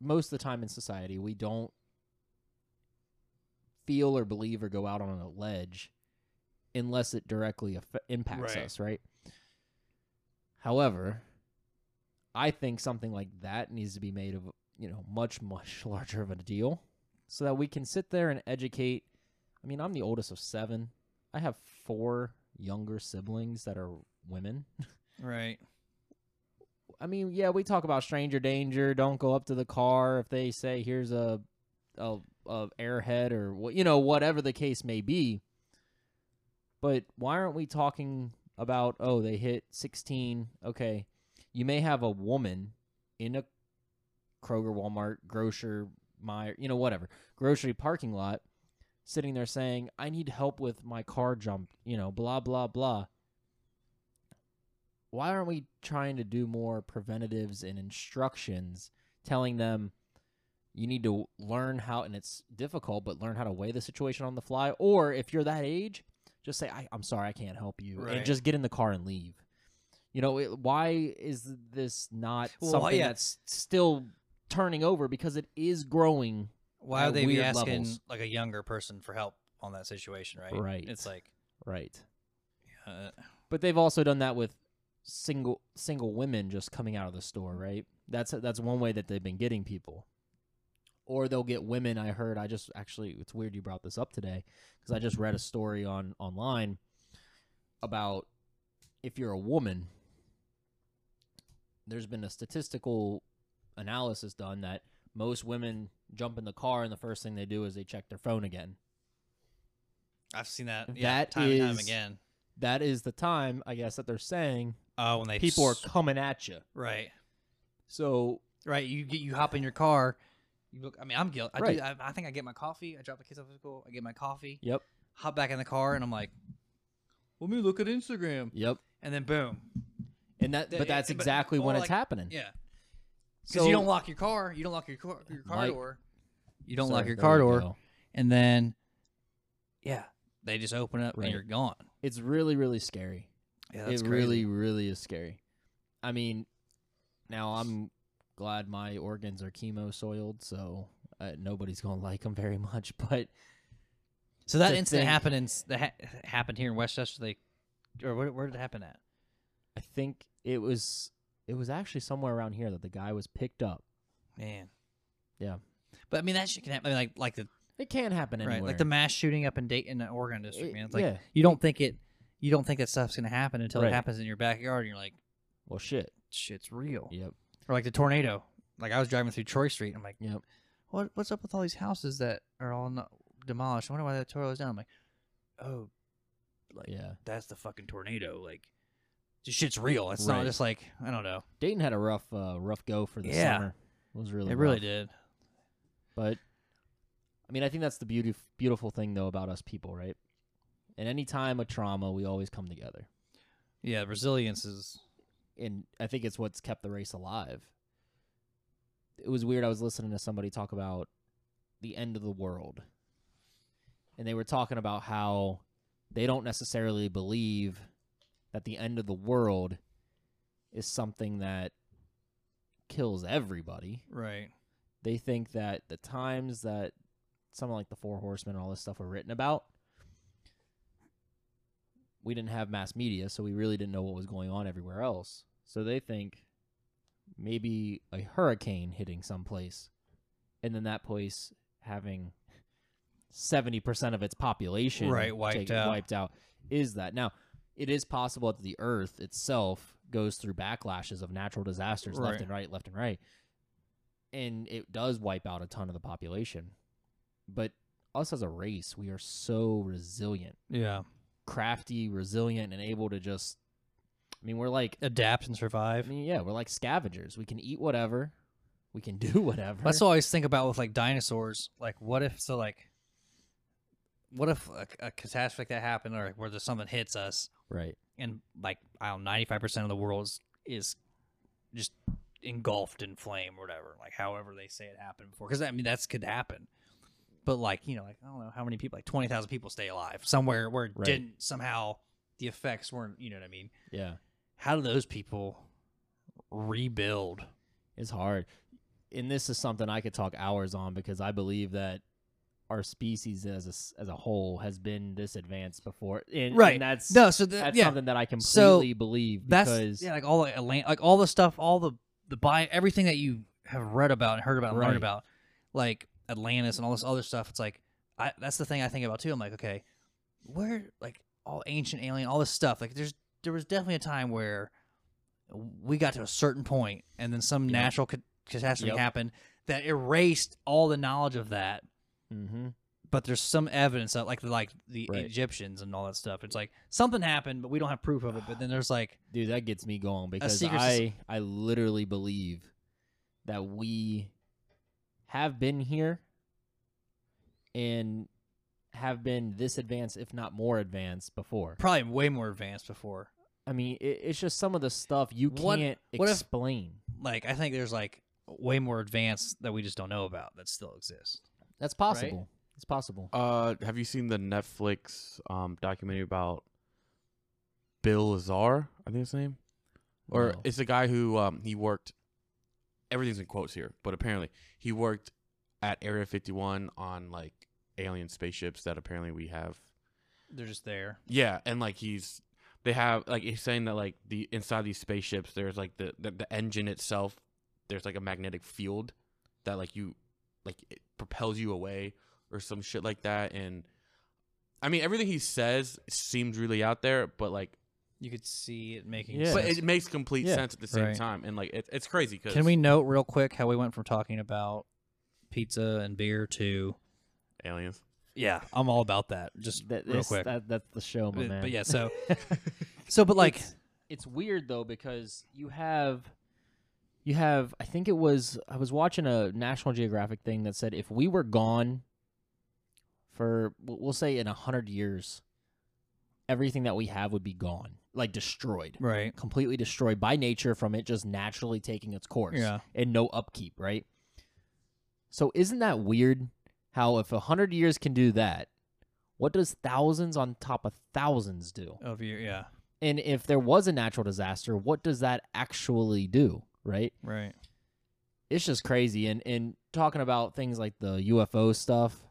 A: most of the time in society we don't feel or believe or go out on a ledge unless it directly aff impacts
B: Right.
A: us right however i think something like that needs to be made of you know much much larger of a deal so that we can sit there and educate i mean i'm the oldest of seven i have four younger siblings that are women
B: right.
A: I mean, yeah, we talk about stranger danger. Don't go up to the car if they say here's a a, a airhead or what you know whatever the case may be. But why aren't we talking about oh they hit 16? Okay, you may have a woman in a Kroger, Walmart, grocer, Meyer, you know whatever grocery parking lot sitting there saying I need help with my car jump, you know blah blah blah why aren't we trying to do more preventatives and instructions telling them you need to learn how and it's difficult but learn how to weigh the situation on the fly or if you're that age just say I, i'm sorry i can't help you
B: Right.
A: and just get in the car and leave you know it, why is this not
B: Well, why-
A: something
B: yeah.
A: that's still turning over because it is growing
B: Why
A: At
B: would they be
A: weird
B: asking
A: levels.
B: like a younger person for help on that situation, right?
A: Right.
B: It's like,
A: right
B: uh,
A: But they've also done that with single single women just coming out of the store, right? That's that's one way that they've been getting people. or they'll get women. I heard. I just actually, it's weird you brought this up today because I just read a story on online about if you're a woman. There's been a statistical analysis done that most women jump in the car and the first thing they do is they check their phone again.
B: I've seen that. Yeah,
A: That
B: time and time
A: is-
B: again.
A: That is the time, I guess, that they're saying
B: Oh, when they
A: people are
B: s-
A: coming at you.
B: right,
A: So
B: right. You get you hop in your car. You look. I mean, I'm guilty. I
A: Right.
B: do. I, I think I get my coffee. I drop the kids off at school. I get my coffee.
A: Yep.
B: Hop back in the car, and I'm like, let me look at Instagram,
A: Yep.
B: and then boom.
A: And that,
B: Th-
A: but that's
B: it- but-
A: exactly
B: or
A: when
B: like-
A: it's happening.
B: Yeah, because you don't lock your car. You don't lock your car. Your car
A: Mike-
B: door. You don't lock
A: Sorry,
B: your
A: there
B: car
A: we
B: door,
A: go.
B: and then yeah, they just open up
A: Right.
B: and you're gone.
A: It's really, really scary.
B: Yeah,
A: it really, really is scary. I mean, now I'm glad my organs are chemo soiled, so uh, nobody's gonna like them very much. But
B: So that
A: to
B: incident
A: think-
B: happened in s- that ha- happened here in Westchester. They or where, where did it happen at?
A: I think it was it was actually somewhere around here that the guy was picked up.
B: Man.
A: Yeah.
B: But I mean that shit can happen. I mean, like like the
A: It can happen anywhere.
B: right, like the mass shooting up in Dayton, uh, Oregon district.
A: It-
B: man, it's like
A: yeah.
B: you don't think it, you don't think that stuff's gonna happen until
A: Right.
B: it happens in your backyard, and you're like,
A: Well, shit.
B: shit's real.
A: Yep.
B: Or like the tornado. Like I was driving through Troy Street, and I'm like,
A: Yep.
B: what what's up with all these houses that are all not demolished? I wonder why that tornado's down. I'm like, oh, like
A: Yeah.
B: that's the fucking tornado. Like, this shit's real. It's
A: Right.
B: not just like I don't know.
A: Dayton had a rough, uh, rough go for the
B: Yeah.
A: summer. It was really,
B: it really
A: rough.
B: did.
A: But I mean, I think that's the beauty, beautiful thing though about us people, right? At any time of trauma, we always come together,
B: Yeah, resilience is
A: and I think it's what's kept the race alive. It was weird. I was listening to somebody talk about the end of the world, and they were talking about how they don't necessarily believe that the end of the world is something that kills everybody.
B: right.
A: they think that the times that something like the Four Horsemen and all this stuff were written about, we didn't have mass media, so we really didn't know what was going on everywhere else. So they think maybe a hurricane hitting someplace, and then that place having seventy percent of its population
B: Right, wiped out.
A: wiped out is that now. It is possible that the Earth itself goes through backlashes of natural disasters
B: Right.
A: left and right, left and right and it does wipe out a ton of the population. But us as a race, we are so resilient,
B: Yeah,
A: crafty, resilient, and able to just. I mean, we're like,
B: adapt and
A: I
B: survive.
A: mean, yeah, we're like scavengers. We can eat whatever, we can do whatever.
B: That's what I always think about with like dinosaurs. Like, what if so? Like, what if a, a catastrophe like that happened, or where there's something hits us,
A: right.
B: and like I don't, ninety five percent of the world is, is just engulfed in flame or whatever. Like, however they say it happened before, because I mean that's could happen. But like you know, like I don't know how many people, like twenty thousand people stay alive somewhere where it
A: Right.
B: didn't somehow the effects weren't. You know what I mean?
A: Yeah,
B: How do those people rebuild?
A: it's hard. And this is something I could talk hours on because I believe that our species as a, s- as a whole has been this advanced before. And,
B: Right.
A: And that's,
B: No, so
A: that's
B: that, yeah,
A: something that I completely
B: So,
A: believe
B: that's
A: because.
B: yeah, like all the Atlant- like all the stuff, all the the buy everything that you have read about and heard about and
A: Right.
B: learned about, like Atlantis and all this other stuff. It's like I, that's the thing I think about too. I'm like, okay, where like all ancient alien, all this stuff. Like there's there was definitely a time where we got to a certain point, and then some
A: Yep.
B: natural ca- catastrophe
A: Yep.
B: happened that erased all the knowledge of that
A: Mm-hmm.
B: but there's some evidence that like the, like the
A: Right.
B: Egyptians and all that stuff. It's like something happened, but we don't have proof of it. But then there's like
A: Dude, that gets me going because
B: secret
A: I I literally believe that we have been here and have been this advanced, if not more advanced, before.
B: probably way more advanced before.
A: I mean, it, it's just some of the stuff you
B: What-
A: can't
B: what if-
A: explain.
B: Like I think there's like way more advanced that we just don't know about that still exists.
A: That's possible. It's possible.
C: Uh, have you seen the Netflix um documentary about Bill Lazar? I think his name, or
A: No.
C: it's a guy who um he worked. Everything's in quotes here, but apparently he worked at Area 51 on like alien spaceships that apparently we have
B: They're just there.
C: yeah, and like he's they have like he's saying that like the inside these spaceships there's like the the, the engine itself there's like a magnetic field that like you like it propels you away or some shit like that. And I mean, everything he says seems really out there, but like,
B: You could see it making
A: Yeah.
C: but
B: sense.
C: it makes complete
A: Yeah.
C: sense at the same
B: Right.
C: time. And like, it, it's crazy because
B: Can we note real quick how we went from talking about pizza and beer to
C: aliens?
B: yeah, I'm all about that. Just
A: That,
B: real
A: this-
B: quick.
A: that- that's the show, my
B: but,
A: man.
B: but yeah, so so but like
A: it's, it's weird though because you have you have I think it was I was watching a National Geographic thing that said if we were gone for we'll we'll say in a hundred years, everything that we have would be gone, like destroyed,
B: right.
A: completely destroyed by nature from it just naturally taking its course
B: Yeah.
A: and no upkeep, right? So isn't that weird? How if a hundred years can do that, what does thousands on top of thousands do?
B: Of your yeah.
A: And if there was a natural disaster, what does that actually do, right?
B: Right.
A: It's just crazy. And and talking about things like the UFO stuff,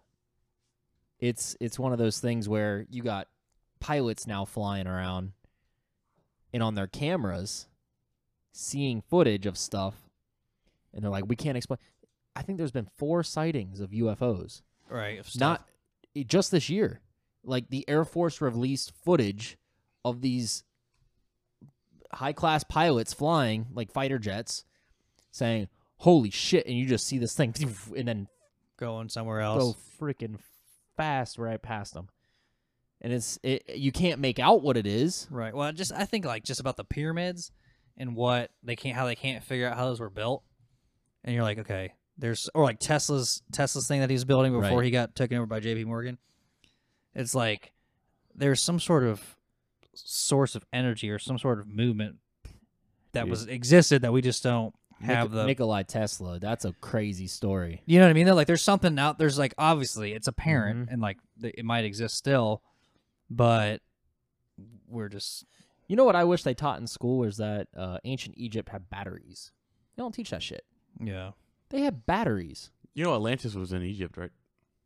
A: it's it's one of those things where you got pilots now flying around and on their cameras seeing footage of stuff and they're like, We can't explain I think there's been four sightings of UFOs
B: Right. of stuff.
A: not it- just this year. Like the Air Force released footage of these high class pilots flying like fighter jets, saying "Holy shit!" and you just see this thing and then
B: going somewhere
A: go
B: else.
A: freaking fast right past them. And it's it, you can't make out what it is.
B: Right. Well, I just I think like just about the pyramids and what they can't how they can't figure out how those were built. And you're like, okay, there's or like Tesla's Tesla's thing that he was building before
A: Right.
B: he got taken over by J.P. Morgan. It's like there's some sort of source of energy or some sort of movement that
C: Dude.
B: was existed that we just don't
A: Nik-
B: have the
A: Nikolai Tesla. That's a crazy story.
B: you know what I mean? Though, like, there's something out. There's like, obviously, it's apparent,
A: Mhm.
B: and like, th- it might exist still, but we're just
A: You know what I wish they taught in school was that uh, ancient Egypt had batteries. They don't teach that shit.
B: yeah.
A: They had batteries.
C: You know, Atlantis was in Egypt, right?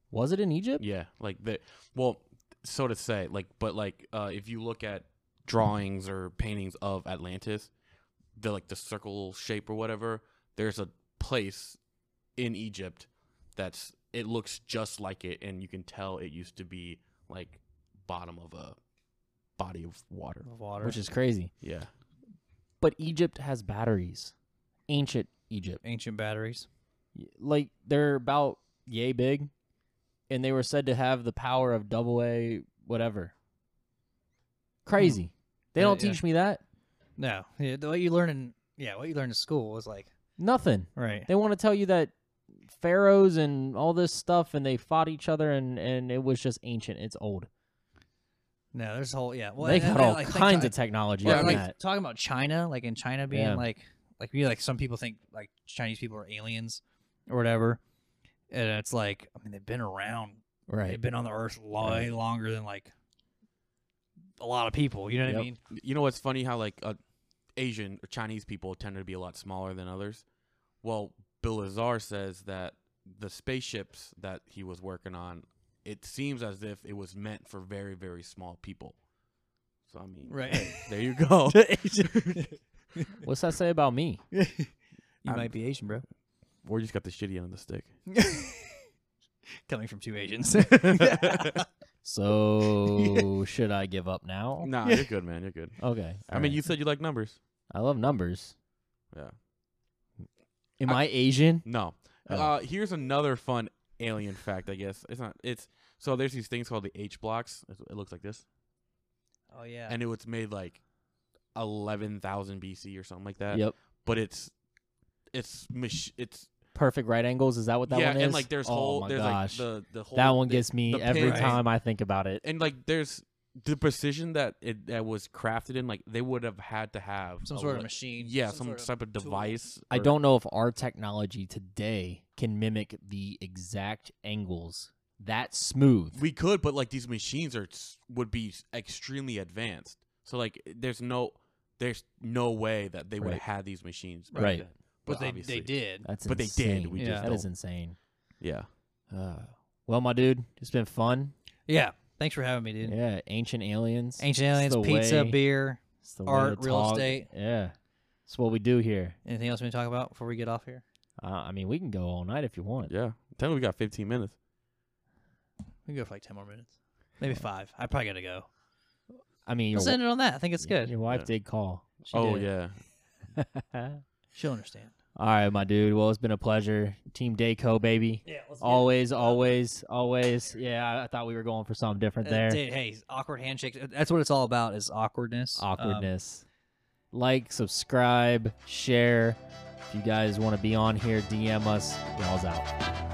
A: Was it in Egypt?
C: Yeah, like the well, so to say, like but like uh, if you look at drawings or paintings of Atlantis, the like the circle shape or whatever, there's a place in Egypt that's it looks just like it, and you can tell it used to be like bottom of a body of water.
B: Water,
A: Which is crazy.
C: Yeah,
A: But Egypt has batteries. Ancient Egypt.
B: ancient batteries.
A: Y- Like they're about yay big and they were said to have the power of double A whatever. Crazy. They
B: Yeah,
A: don't
B: yeah.
A: teach me that.
B: No, yeah, the- what you learn in yeah, what you learn in school was like
A: Nothing.
B: right.
A: They want to tell you that pharaohs and all this stuff and they fought each other and and it was just ancient. It's old.
B: No, there's a whole yeah. Well,
A: they
B: and-
A: got
B: and,
A: all
B: like, think-
A: kinds
B: like-
A: of technology
B: well,
A: on
B: like,
A: that.
B: talking about China, like in China being
A: Yeah.
B: like like we like some people think like Chinese people are aliens or whatever, and it's like I mean they've been around
A: Right.
B: they've been on the earth way longer than like a lot of people. You know what
A: Yep.
B: I mean?
C: you know what's funny? How like uh, Asian or Chinese people tend to be a lot smaller than others. Well, Bill Lazar says that the spaceships that he was working on, it seems as if it was meant for very very small people. So I mean,
B: Right.
C: hey, there you go.
A: What's that say about me?
B: you
C: I'm-
B: might be Asian, bro.
C: or you just got the shitty end of the stick.
B: Coming from two Asians. Oh,
A: So should I give up now?
C: Nah, you're good, man. You're good.
A: Okay.
C: I mean,
A: Oh. alright.
C: you said you like numbers.
A: I love numbers.
C: Yeah.
A: Am
C: I-
A: I, Asian?
C: No.
A: Oh.
C: Uh, here's another fun alien fact. I guess it's not. It's so there's these things called the H blocks. It's- It looks like this.
B: oh yeah.
C: and it was made like 11,000 BC or something like that.
A: Yep.
C: But it's it's mach- it's
A: Perfect right angles. Is that what that
C: yeah,
A: one is?
C: and like there's
A: oh
C: whole
A: my
C: there's
A: gosh,
C: like the the whole
A: that one
C: thi-
A: gets me
C: the
A: every
C: pin-
A: time I think about it.
C: and like there's the precision that it that was crafted in like they would have had to have
B: some
C: a
B: sort
C: li-
B: of machine.
C: Oh, yeah some,
B: sort of
C: type of
B: tool.
C: device.
A: I
C: or-
A: don't know if our technology today can mimic the exact angles that smooth.
C: We could, but like these machines are s- would be s- extremely advanced. So like there's no there's no way that they would
A: Right.
C: have had these machines back
A: Right.
C: then.
B: But they,
C: obviously-
B: they did.
A: That's
C: But they
A: insane.
C: did. We
B: Yeah.
C: just
A: That is
C: don't-
A: insane.
C: yeah.
A: Uh, well, my dude, it's been fun.
B: Yeah. Thanks for having me, dude.
A: Yeah, ancient aliens.
B: Ancient
A: It's
B: aliens,
A: the
B: pizza,
A: way-
B: beer.
A: it's the
B: art,
A: to
B: real
A: talk.
B: estate.
A: Yeah, it's what we do here.
B: Anything else we want to talk about before we get off here?
A: Uh, I mean, we can go all night if you want.
C: Yeah. Tell me we got 15 minutes.
B: We can go for like ten more minutes, maybe five. I probably gotta go.
A: I mean, your,
B: Let's end it on that. I think it's
A: wi-
B: good.
A: your wife
C: Yeah.
A: did call.
B: She
C: oh
B: did.
C: yeah.
B: she'll understand.
A: All right, my dude. Well, it's been a pleasure. Team Dayco, baby.
B: Yeah, let's
A: Always, always, always. Yeah, I, I thought we were going for something different there.
B: Uh, Dude, hey, awkward handshake. That's what it's all about is awkwardness. Um,
A: Awkwardness. like, subscribe, share. If you guys want to be on here, DM us. Y'all's out.